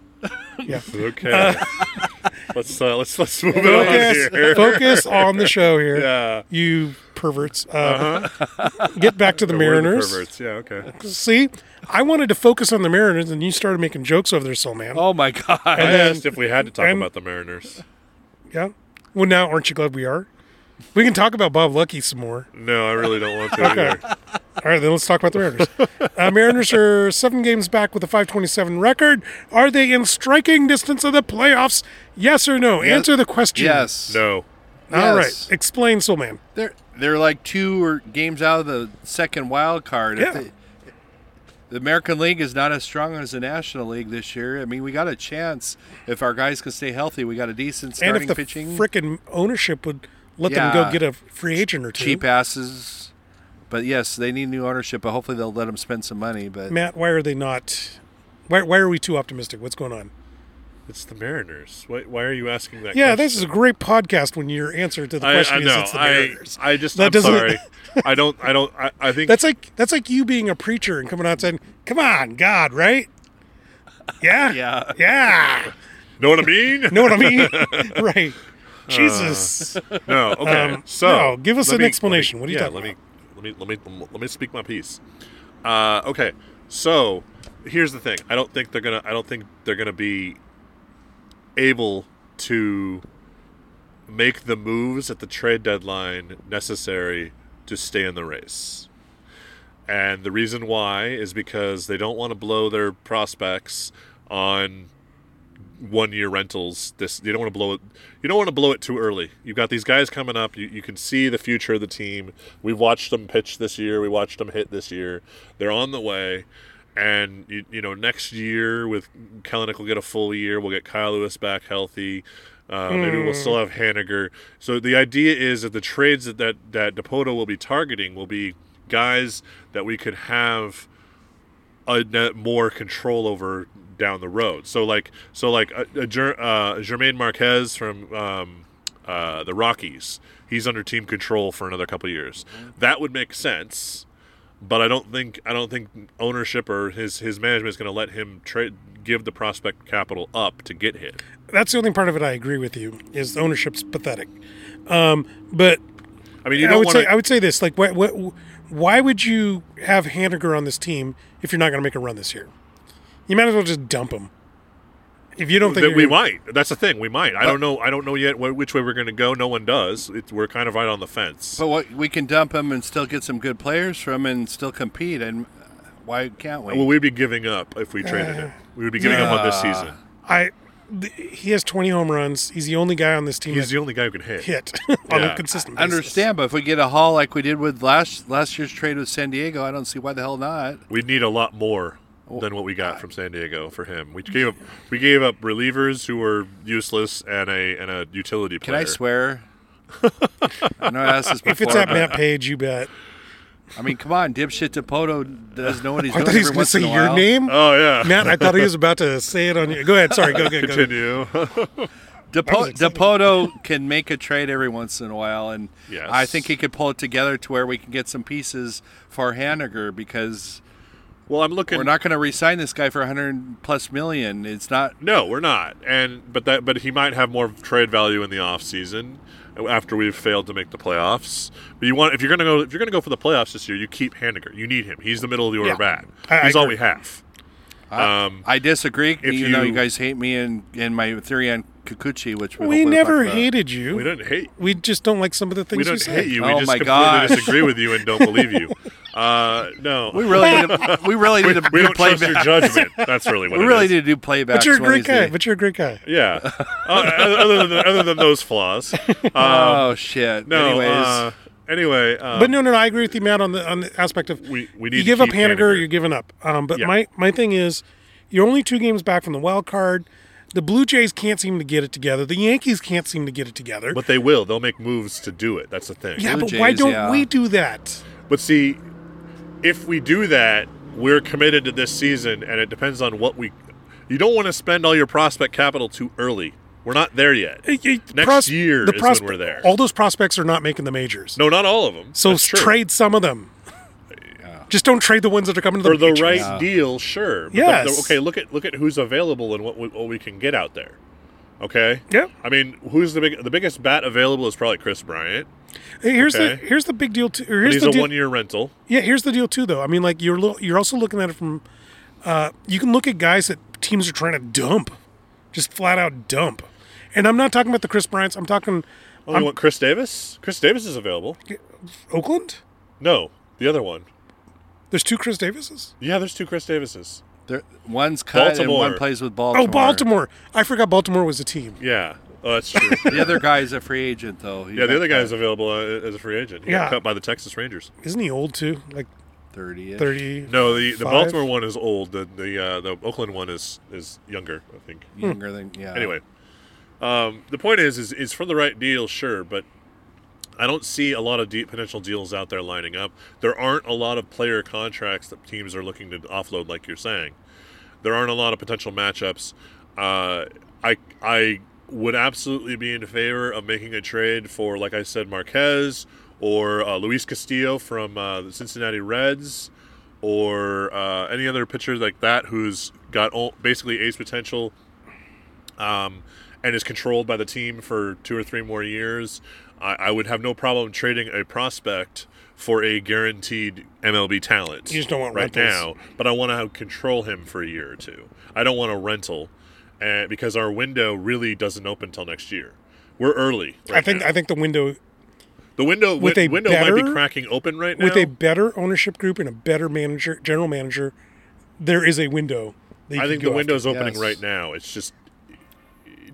[SPEAKER 1] Yeah.
[SPEAKER 3] Okay.
[SPEAKER 2] [laughs]
[SPEAKER 3] let's uh, let's let's move on
[SPEAKER 1] Focus,
[SPEAKER 3] [laughs]
[SPEAKER 1] [laughs]
[SPEAKER 3] here.
[SPEAKER 1] focus on the show here.
[SPEAKER 3] Yeah.
[SPEAKER 1] You perverts. Uh, Get back to the
[SPEAKER 3] We're the
[SPEAKER 1] Mariners.
[SPEAKER 3] perverts. Yeah. Okay.
[SPEAKER 1] See, I wanted to focus on the Mariners, and you started making jokes over there, so man.
[SPEAKER 2] [laughs] Oh my [laughs] god.
[SPEAKER 3] I
[SPEAKER 1] then-
[SPEAKER 3] asked if we had to talk
[SPEAKER 1] and-
[SPEAKER 3] about the Mariners.
[SPEAKER 1] Yeah. Well, now aren't you glad we are? We can talk about Bob Lucky some more.
[SPEAKER 3] No, I really don't want to. Either.
[SPEAKER 1] All right, then let's talk about the Mariners. Uh, Mariners are seven games back with a 527 record. Are they in striking distance of the playoffs? Yes or no? Answer the question.
[SPEAKER 2] Yes.
[SPEAKER 3] No.
[SPEAKER 1] All right.
[SPEAKER 2] Yes.
[SPEAKER 1] Explain, Soulman.
[SPEAKER 2] They're they're like two or games out of the second wild card. If
[SPEAKER 1] Yeah.
[SPEAKER 2] they- the American League is not as strong as the National League this year. I mean, we got a chance if our guys can stay healthy. We got a decent
[SPEAKER 1] And
[SPEAKER 2] starting
[SPEAKER 1] if the
[SPEAKER 2] pitching,
[SPEAKER 1] frickin' ownership would let them go
[SPEAKER 2] Yeah.
[SPEAKER 1] get a free agent or two.
[SPEAKER 2] cheap asses. But yes, they need new ownership. But hopefully, they'll let them spend some money. But
[SPEAKER 1] Matt, why are they not? Why, why are we too optimistic? What's going on?
[SPEAKER 3] It's the Mariners. Why, why are you asking that?
[SPEAKER 1] Yeah,
[SPEAKER 3] question?
[SPEAKER 1] this is a great podcast when your answer to the
[SPEAKER 3] I,
[SPEAKER 1] question
[SPEAKER 3] I
[SPEAKER 1] is
[SPEAKER 3] know.
[SPEAKER 1] it's the
[SPEAKER 3] I,
[SPEAKER 1] Mariners.
[SPEAKER 3] I just.
[SPEAKER 1] That
[SPEAKER 3] I'm
[SPEAKER 1] doesn't- [laughs]
[SPEAKER 3] sorry. I don't. I don't. I, I think
[SPEAKER 1] That's like that's like you being a preacher and coming out saying, "Come on, God, right? Yeah,
[SPEAKER 2] [laughs] Yeah.
[SPEAKER 1] yeah."
[SPEAKER 3] know what I mean.
[SPEAKER 1] Know what I
[SPEAKER 2] [laughs]
[SPEAKER 1] mean? right. Jesus.
[SPEAKER 2] Uh.
[SPEAKER 3] No. Okay.
[SPEAKER 1] Um,
[SPEAKER 3] so,
[SPEAKER 1] no, give us
[SPEAKER 3] let
[SPEAKER 1] an
[SPEAKER 3] me- let
[SPEAKER 1] explanation.
[SPEAKER 3] me-
[SPEAKER 1] What are you
[SPEAKER 3] yeah,
[SPEAKER 1] talking
[SPEAKER 3] let me, Let me let me let me speak my piece. Uh, okay. So here's the thing. I don't think they're gonna. I don't think they're gonna be able to make the moves at the trade deadline necessary to stay in the race. And the reason why is because they don't want to blow their prospects on one year rentals. This you don't want to blow it. You don't want to blow it too early. You've got these guys coming up. You, you can see the future of the team. We've watched them pitch this year. We watched them hit this year. They're on the way. And you, you know next year with Kellenick will get a full year. We'll get Kyle Lewis back healthy. Uh, Maybe we'll still have Haniger. So the idea is that the trades that that, that Depoto will be targeting will be guys that we could have a net more control over down the road. So like so like a, a, Jer- uh, Jermaine Marquez from um, uh, the Rockies, he's under team control for another couple years.
[SPEAKER 1] Mm-hmm.
[SPEAKER 3] That would make sense, but I don't think I don't think ownership or his his management is going to let him trade give the prospect capital up to get hit.
[SPEAKER 1] That's the only part of it I agree with you is ownership's pathetic. Um, but
[SPEAKER 3] I mean, you
[SPEAKER 1] I
[SPEAKER 3] don't
[SPEAKER 1] would
[SPEAKER 3] want
[SPEAKER 1] say I would say this like why, why, why would you have Haniger on this team if you're not going to make a run this year? You might as well just dump him. If you don't think
[SPEAKER 3] that
[SPEAKER 1] you're
[SPEAKER 3] we
[SPEAKER 1] gonna-
[SPEAKER 3] might. That's the thing. We might. I don't know. I don't know yet wh- which way we're going to go. No one does. It's, we're kind of right on the fence.
[SPEAKER 2] but what, we can dump him and still get some good players from him and still compete. And why can't we?
[SPEAKER 3] Well, we'd be giving up if we traded him.
[SPEAKER 1] Uh,
[SPEAKER 3] We would be giving up on this season.
[SPEAKER 1] I th- he has 20 home runs. He's the only guy on this team
[SPEAKER 3] He's
[SPEAKER 1] that
[SPEAKER 3] the only guy who can hit.
[SPEAKER 1] hit [laughs] on
[SPEAKER 3] Yeah.
[SPEAKER 1] a consistent
[SPEAKER 2] I
[SPEAKER 1] basis.
[SPEAKER 2] understand, but if we get a haul like we did with last last year's trade with San Diego, I don't see why the hell not.
[SPEAKER 3] We'd need a lot more than what we got from San Diego for him. We gave up we gave up relievers who were useless and a and a utility
[SPEAKER 2] Can
[SPEAKER 3] player.
[SPEAKER 2] I swear? I know I asked this before.
[SPEAKER 1] If it's at
[SPEAKER 3] uh,
[SPEAKER 2] but-
[SPEAKER 1] Matt Page, you
[SPEAKER 2] [laughs]
[SPEAKER 1] bet.
[SPEAKER 2] I mean, come on, dipshit Depoto does know what he's
[SPEAKER 1] [laughs] I
[SPEAKER 2] doing
[SPEAKER 1] thought he was going
[SPEAKER 2] every
[SPEAKER 1] to
[SPEAKER 2] once
[SPEAKER 1] say
[SPEAKER 2] in a
[SPEAKER 1] your
[SPEAKER 2] while.
[SPEAKER 3] [laughs]
[SPEAKER 1] name.
[SPEAKER 3] Oh yeah.
[SPEAKER 1] Matt, I thought he was about to say it on you. Go ahead. Sorry. Go, go, go.
[SPEAKER 3] Continue.
[SPEAKER 2] Depo-
[SPEAKER 1] was excited. [laughs]
[SPEAKER 2] Depoto can make a trade every once in a while, and
[SPEAKER 3] Yes.
[SPEAKER 2] I think he could pull it together to where we can get some pieces for Haniger because
[SPEAKER 3] [laughs] Well, I'm looking.
[SPEAKER 2] we're not going to re-sign this guy for 100 plus million. It's not.
[SPEAKER 3] No, we're not. And but that but he might have more trade value in the off season after we've failed to make the playoffs. But you want if you're going to go if you're going to go for the playoffs this year, you keep Haniger. You need him. He's the middle of the order
[SPEAKER 1] Yeah.
[SPEAKER 3] bat.
[SPEAKER 1] I- I
[SPEAKER 3] He's all
[SPEAKER 1] agree.
[SPEAKER 3] we have.
[SPEAKER 2] I,
[SPEAKER 3] Um,
[SPEAKER 2] I disagree. Even
[SPEAKER 3] you-
[SPEAKER 2] though you guys hate me and, and my theory on Kikuchi, which we,
[SPEAKER 1] We
[SPEAKER 2] hopefully we'll talk
[SPEAKER 1] never
[SPEAKER 2] about.
[SPEAKER 1] hated you. We,
[SPEAKER 3] We don't hate.
[SPEAKER 1] just don't like some of the things
[SPEAKER 3] We
[SPEAKER 1] you
[SPEAKER 3] don't
[SPEAKER 1] say.
[SPEAKER 3] hate you. We
[SPEAKER 2] Oh
[SPEAKER 3] just
[SPEAKER 2] my
[SPEAKER 3] completely
[SPEAKER 2] gosh.
[SPEAKER 3] disagree with you and don't believe
[SPEAKER 2] [laughs]
[SPEAKER 3] you. Uh, no,
[SPEAKER 2] We really, need
[SPEAKER 3] [laughs]
[SPEAKER 2] to, we really need to
[SPEAKER 3] we
[SPEAKER 2] do
[SPEAKER 3] don't trust your
[SPEAKER 2] playback.
[SPEAKER 3] judgment. That's really what
[SPEAKER 2] We
[SPEAKER 3] it
[SPEAKER 2] really
[SPEAKER 3] is.
[SPEAKER 2] need to do playback.
[SPEAKER 1] But you're a great guy. But you're a great guy.
[SPEAKER 2] [laughs]
[SPEAKER 3] Yeah. Uh, other than other than those flaws. Uh,
[SPEAKER 2] oh shit.
[SPEAKER 3] no.
[SPEAKER 2] Anyways,
[SPEAKER 3] uh, anyway. Uh,
[SPEAKER 1] But no, no, no, I agree with you, Matt, on the on the aspect of
[SPEAKER 3] We- we need
[SPEAKER 1] you
[SPEAKER 3] to
[SPEAKER 1] give up
[SPEAKER 3] keep
[SPEAKER 1] Haniger,
[SPEAKER 3] Haniger.
[SPEAKER 1] you're giving up. Um, but
[SPEAKER 3] Yeah.
[SPEAKER 1] my my thing is, you're only two games back from the wild card. The Blue Jays can't seem to get it together. The Yankees can't seem to get it together.
[SPEAKER 3] But they will. They'll make moves to do it. That's the thing.
[SPEAKER 1] yeah,
[SPEAKER 2] Blue
[SPEAKER 1] but why
[SPEAKER 2] Jays,
[SPEAKER 1] don't
[SPEAKER 2] yeah.
[SPEAKER 1] we do that?
[SPEAKER 3] But see, if we do that, we're committed to this season, and it depends on what we. You don't want to spend all your prospect capital too early. We're not there yet.
[SPEAKER 1] It- it-
[SPEAKER 3] Next year is when we're there.
[SPEAKER 1] All those prospects are not making the majors.
[SPEAKER 3] No, not all of them.
[SPEAKER 1] so
[SPEAKER 3] That's true.
[SPEAKER 1] trade some of them. Just don't trade the ones that are coming to the
[SPEAKER 3] for the
[SPEAKER 1] majors.
[SPEAKER 3] right deal, sure. But the-
[SPEAKER 1] Yes.
[SPEAKER 3] the- okay, look at look at who's available and what we, what we can get out there. Okay.
[SPEAKER 1] Yeah.
[SPEAKER 3] I mean, who's the big the biggest bat available is probably Chris Bryant.
[SPEAKER 1] Hey, here's
[SPEAKER 3] Okay.
[SPEAKER 1] the here's the big deal. Too, or
[SPEAKER 3] But
[SPEAKER 1] here's
[SPEAKER 3] he's
[SPEAKER 1] the
[SPEAKER 3] a
[SPEAKER 1] deal-
[SPEAKER 3] one year rental.
[SPEAKER 1] Yeah, here's the deal too, though. I mean, like you're lo- you're also looking at it from, uh, you can look at guys that teams are trying to dump, just flat out dump. And I'm not talking about the Chris Bryant's. I'm talking
[SPEAKER 3] Oh, you want Chris Davis? Chris Davis is available.
[SPEAKER 1] Oakland.
[SPEAKER 3] No, the other one.
[SPEAKER 1] There's two Chris Davises.
[SPEAKER 3] Yeah, there's two Chris Davises.
[SPEAKER 2] there- one's cut
[SPEAKER 3] Baltimore.
[SPEAKER 2] and one plays with
[SPEAKER 1] Oh,
[SPEAKER 2] Baltimore.
[SPEAKER 1] Baltimore! I forgot Baltimore was a team.
[SPEAKER 3] Yeah, oh,
[SPEAKER 1] [laughs]
[SPEAKER 3] that's true.
[SPEAKER 2] The other guy's a free agent, though. He
[SPEAKER 3] [laughs] yeah, the
[SPEAKER 2] got
[SPEAKER 3] other guy is
[SPEAKER 2] cut
[SPEAKER 3] available uh, as a free agent. He
[SPEAKER 1] Yeah.
[SPEAKER 3] got cut by the Texas Rangers.
[SPEAKER 1] Isn't he old too? Like
[SPEAKER 2] 30. -ish.
[SPEAKER 1] thirty.
[SPEAKER 3] No, the, the
[SPEAKER 1] Five?
[SPEAKER 3] Baltimore one is old. The the uh, the Oakland one is is younger, I think.
[SPEAKER 1] Hmm.
[SPEAKER 2] Younger than, yeah.
[SPEAKER 3] Anyway, um, the point is, is is for the right deal, sure, but I don't see a lot of deep potential deals out there lining up. There aren't a lot of player contracts that teams are looking to offload, like you're saying. There aren't a lot of potential matchups. Uh, I I would absolutely be in favor of making a trade for, like I said, Marquez or uh, Luis Castillo from uh, the Cincinnati Reds, or uh, any other pitcher like that who's got all, basically ace potential um, and is controlled by the team for two or three more years, I, I would have no problem trading a prospect for a guaranteed MLB talent.
[SPEAKER 1] You just don't want
[SPEAKER 3] right
[SPEAKER 1] rentals.
[SPEAKER 3] now, but I want to control him for a year or two. I don't want a rental, uh, because our window really doesn't open until next year. We're early. Right
[SPEAKER 1] I think
[SPEAKER 3] now.
[SPEAKER 1] I think the window
[SPEAKER 3] the window
[SPEAKER 1] with
[SPEAKER 3] win-
[SPEAKER 1] a
[SPEAKER 3] window might be
[SPEAKER 1] better-
[SPEAKER 3] cracking open right now.
[SPEAKER 1] with a better ownership group and a better manager, general manager, there is a window. That you
[SPEAKER 3] I
[SPEAKER 1] can
[SPEAKER 3] think
[SPEAKER 1] go
[SPEAKER 3] the
[SPEAKER 1] after.
[SPEAKER 3] window's opening
[SPEAKER 2] Yes.
[SPEAKER 3] right now. It's just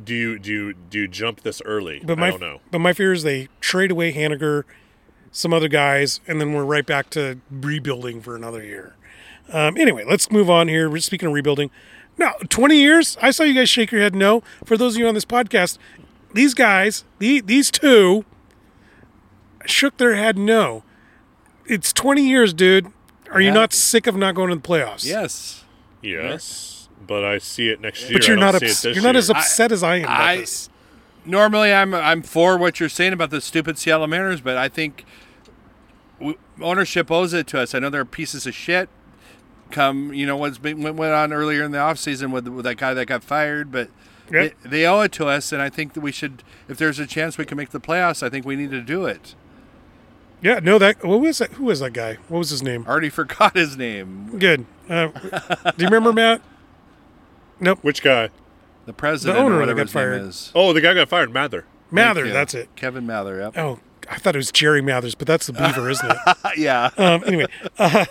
[SPEAKER 3] do you do you do you jump this early?
[SPEAKER 1] But
[SPEAKER 3] I
[SPEAKER 1] my
[SPEAKER 3] don't know.
[SPEAKER 1] but my fear is they trade away Haniger, some other guys, and then we're right back to rebuilding for another year. Um, anyway, let's move on here. We're Speaking of rebuilding, now twenty years. I saw you guys shake your head no. For those of you on this podcast, these guys, the, these two, shook their head no. It's twenty years, dude. Are you
[SPEAKER 2] Yeah.
[SPEAKER 1] not sick of not going to the playoffs?
[SPEAKER 2] Yes.
[SPEAKER 3] Yes, but I see it next year.
[SPEAKER 1] but you're
[SPEAKER 3] I don't
[SPEAKER 1] not
[SPEAKER 3] see
[SPEAKER 1] ups-
[SPEAKER 3] it this
[SPEAKER 1] you're not
[SPEAKER 3] year.
[SPEAKER 1] as upset as I am. About
[SPEAKER 2] I-
[SPEAKER 1] this.
[SPEAKER 2] Normally, I'm I'm for what you're saying about the stupid Seattle Mariners, but I think w- ownership owes it to us. I know they're pieces of shit. Come, you know what's been what went on earlier in the offseason with, with that guy that got fired, but
[SPEAKER 1] Yeah.
[SPEAKER 2] they, they owe it to us, and I think that we should. If there's a chance we can make the playoffs, I think we need to do it.
[SPEAKER 1] Yeah, no, that what was that? Who was that guy? What was his name?
[SPEAKER 2] I already [laughs] forgot his name,
[SPEAKER 1] Good. Uh, do you remember Matt? Nope.
[SPEAKER 3] Which guy?
[SPEAKER 2] the president
[SPEAKER 1] owner
[SPEAKER 2] or
[SPEAKER 1] that
[SPEAKER 2] whatever
[SPEAKER 1] got
[SPEAKER 2] his name
[SPEAKER 1] fired.
[SPEAKER 2] is.
[SPEAKER 3] Oh, the guy got fired, Mather.
[SPEAKER 1] Mather.
[SPEAKER 2] Yeah.
[SPEAKER 1] That's it.
[SPEAKER 2] Kevin Mather. Yep.
[SPEAKER 1] Oh, I thought it was Jerry Mathers, but
[SPEAKER 3] [laughs]
[SPEAKER 1] that's the Beaver, isn't it?
[SPEAKER 2] [laughs] yeah.
[SPEAKER 1] Um, anyway, uh,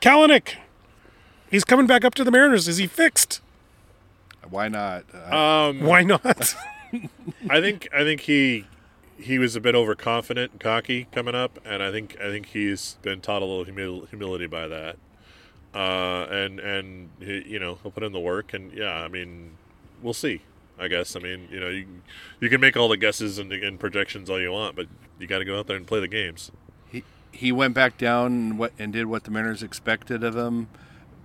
[SPEAKER 1] Kalanick. He's coming back up to the Mariners. Is he fixed?
[SPEAKER 2] Why not? I-
[SPEAKER 3] Um,
[SPEAKER 1] Why
[SPEAKER 3] [laughs]
[SPEAKER 1] not?
[SPEAKER 3] I think I think he he was a bit overconfident and cocky coming up, and I think I think he's been taught a little humil- humility by that. Uh, and and he, you know he'll put in the work, and yeah, I mean we'll see. I guess I mean you know you you can make all the guesses and, and projections all you want, but you got to go out there and play the games.
[SPEAKER 2] He, he went back down and, what, and did what the Mariners expected of him.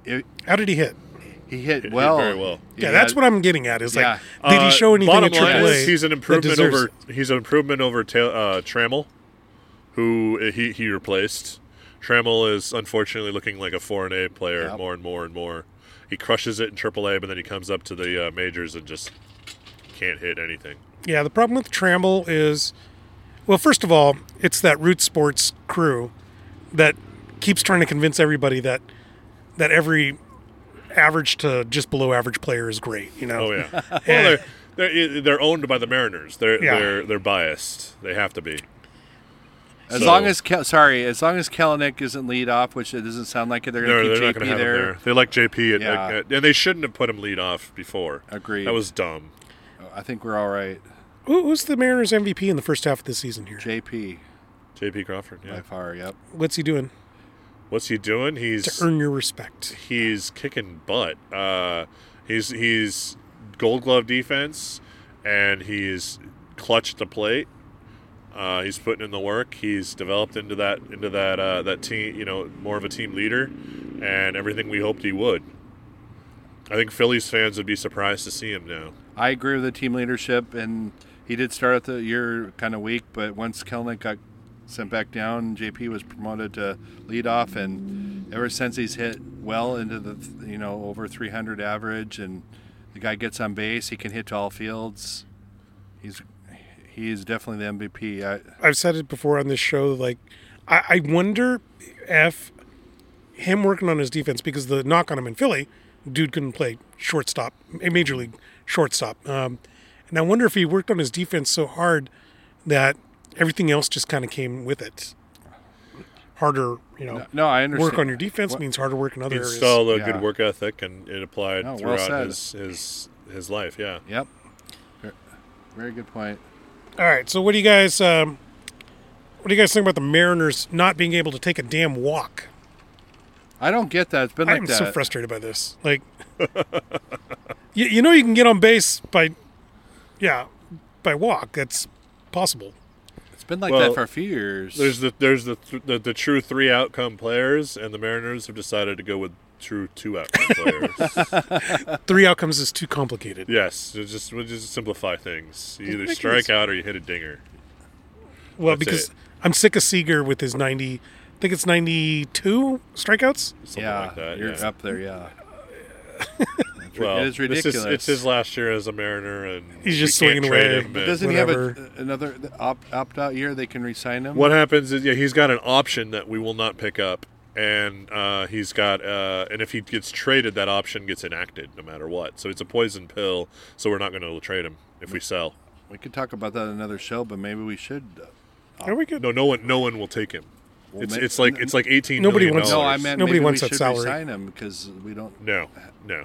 [SPEAKER 2] It,
[SPEAKER 1] How did he hit?
[SPEAKER 2] He hit
[SPEAKER 3] hit
[SPEAKER 2] well.
[SPEAKER 3] very well.
[SPEAKER 1] Yeah, that's what I'm getting at. Is like,
[SPEAKER 2] Yeah.
[SPEAKER 1] did he show
[SPEAKER 3] Uh,
[SPEAKER 1] anything
[SPEAKER 3] bottom
[SPEAKER 1] at
[SPEAKER 3] line
[SPEAKER 1] AAA?
[SPEAKER 3] is he's an
[SPEAKER 1] that
[SPEAKER 3] improvement
[SPEAKER 1] deserves-
[SPEAKER 3] over he's an improvement over Ta- uh, Trammell, who uh, he he replaced. Trammell is unfortunately looking like a foreign A player
[SPEAKER 2] Yep.
[SPEAKER 3] more and more and more. He crushes it in AAA, but then he comes up to the uh, majors and just can't hit anything.
[SPEAKER 1] Yeah, the problem with Trammell is, well, first of all, it's that root sports crew that keeps trying to convince everybody that that every average to just below average player is great. You know?
[SPEAKER 2] [laughs]
[SPEAKER 3] Oh yeah, well they're, they're they're owned by the Mariners. They're
[SPEAKER 1] Yeah.
[SPEAKER 3] they're they're biased. They have to be.
[SPEAKER 2] As
[SPEAKER 3] So-
[SPEAKER 2] long as Kel- sorry, as long as Kalanick isn't lead off, which it doesn't sound like it, they're
[SPEAKER 3] No,
[SPEAKER 2] going
[SPEAKER 3] they're
[SPEAKER 2] to
[SPEAKER 3] not
[SPEAKER 2] keep
[SPEAKER 3] going
[SPEAKER 2] JP
[SPEAKER 3] to have
[SPEAKER 2] there.
[SPEAKER 3] him there. They like JP, at,
[SPEAKER 2] Yeah.
[SPEAKER 3] at- and they shouldn't have put him lead off before.
[SPEAKER 2] Agreed.
[SPEAKER 3] That was dumb.
[SPEAKER 2] Oh, I think we're all right.
[SPEAKER 1] Who was the Mariners MVP in the first half of the season here?
[SPEAKER 2] JP
[SPEAKER 3] JP Crawford. Yeah.
[SPEAKER 2] by far. Yep.
[SPEAKER 1] What's he doing
[SPEAKER 3] What's he doing? He's
[SPEAKER 1] to earn your respect?
[SPEAKER 3] he's kicking butt. Uh, he's he's Gold Glove defense, and he's clutch at the plate. Uh, he's putting in the work. He's developed into that into that uh, that team. You know, more of a team leader, and everything we hoped he would. I think Phillies fans would be surprised to see him now.
[SPEAKER 2] I agree with the team leadership, and he did start out the year kind of weak, but once Kelnick got sent back down, JP was promoted to lead off, and ever since he's hit well into the you know over 300 average, and the guy gets on base, he can hit to all fields. He's he's definitely the MVP. I,
[SPEAKER 1] I've said it before on this show. Like, I, I wonder if him working on his defense because the knock on him in Philly, dude couldn't play shortstop, a major league shortstop. Um, and I wonder if he worked on his defense so hard that everything else just kind of came with it. Harder, you know.
[SPEAKER 2] no, I understand.
[SPEAKER 1] Work on your defense means harder work in other
[SPEAKER 3] He
[SPEAKER 1] areas.
[SPEAKER 3] installed a
[SPEAKER 2] Yeah.
[SPEAKER 3] good work ethic, and it applied
[SPEAKER 2] No, well
[SPEAKER 3] throughout
[SPEAKER 2] said.
[SPEAKER 3] his his his life. Yeah.
[SPEAKER 2] Yep. Ver- Very good point.
[SPEAKER 1] All right. So, what do you guys? Um, what do you guys think about the Mariners not being able to take a damn walk?
[SPEAKER 2] I don't get that. It's been like
[SPEAKER 1] I'm
[SPEAKER 2] that.
[SPEAKER 1] so frustrated by this. Like, [laughs] you, you know, you can get on base by, yeah, by walk. That's possible.
[SPEAKER 2] it's been like
[SPEAKER 3] Well,
[SPEAKER 2] that for a few years.
[SPEAKER 3] There's the there's the, th- the the true three outcome players, and the Mariners have decided to go with true two outcome
[SPEAKER 2] [laughs]
[SPEAKER 3] players.
[SPEAKER 1] Three outcomes is too complicated.
[SPEAKER 3] yes, it's just we just simplify things. You either
[SPEAKER 1] Ridiculous.
[SPEAKER 3] strike out or you hit a dinger.
[SPEAKER 1] well,
[SPEAKER 3] that's
[SPEAKER 1] because
[SPEAKER 3] it.
[SPEAKER 1] I'm sick of Seager with his 90, I think it's 92 strikeouts.
[SPEAKER 3] Something
[SPEAKER 2] yeah,
[SPEAKER 3] like that.
[SPEAKER 2] you're
[SPEAKER 3] yeah.
[SPEAKER 2] up there. Yeah.
[SPEAKER 3] Well,
[SPEAKER 2] it is
[SPEAKER 3] this
[SPEAKER 2] ridiculous.
[SPEAKER 3] it's his last year as a Mariner, and
[SPEAKER 1] He's
[SPEAKER 3] we
[SPEAKER 1] just
[SPEAKER 3] can't
[SPEAKER 1] swinging
[SPEAKER 3] trade
[SPEAKER 1] away.
[SPEAKER 3] him, and-
[SPEAKER 2] Doesn't he
[SPEAKER 1] whatever.
[SPEAKER 2] have a, uh, another opt, opt out year? They can resign him.
[SPEAKER 3] What happens is yeah, he's got an option that we will not pick up, and uh, he's got uh, and if he gets traded, that option gets enacted no matter what. So it's a poison pill. So we're not going to trade him if we sell.
[SPEAKER 2] We could talk about that in another show, but maybe we should. uh,
[SPEAKER 1] Are we good?
[SPEAKER 3] No, no one, no one will take him.
[SPEAKER 2] Well,
[SPEAKER 3] it's
[SPEAKER 2] ma-
[SPEAKER 3] it's like it's like eighteen.
[SPEAKER 1] Nobody
[SPEAKER 3] million
[SPEAKER 1] wants-
[SPEAKER 2] No,
[SPEAKER 3] dollars.
[SPEAKER 2] I meant
[SPEAKER 1] Nobody
[SPEAKER 2] maybe
[SPEAKER 1] wants
[SPEAKER 2] we
[SPEAKER 1] that
[SPEAKER 2] should
[SPEAKER 1] salary.
[SPEAKER 2] resign him because we don't.
[SPEAKER 3] No, no.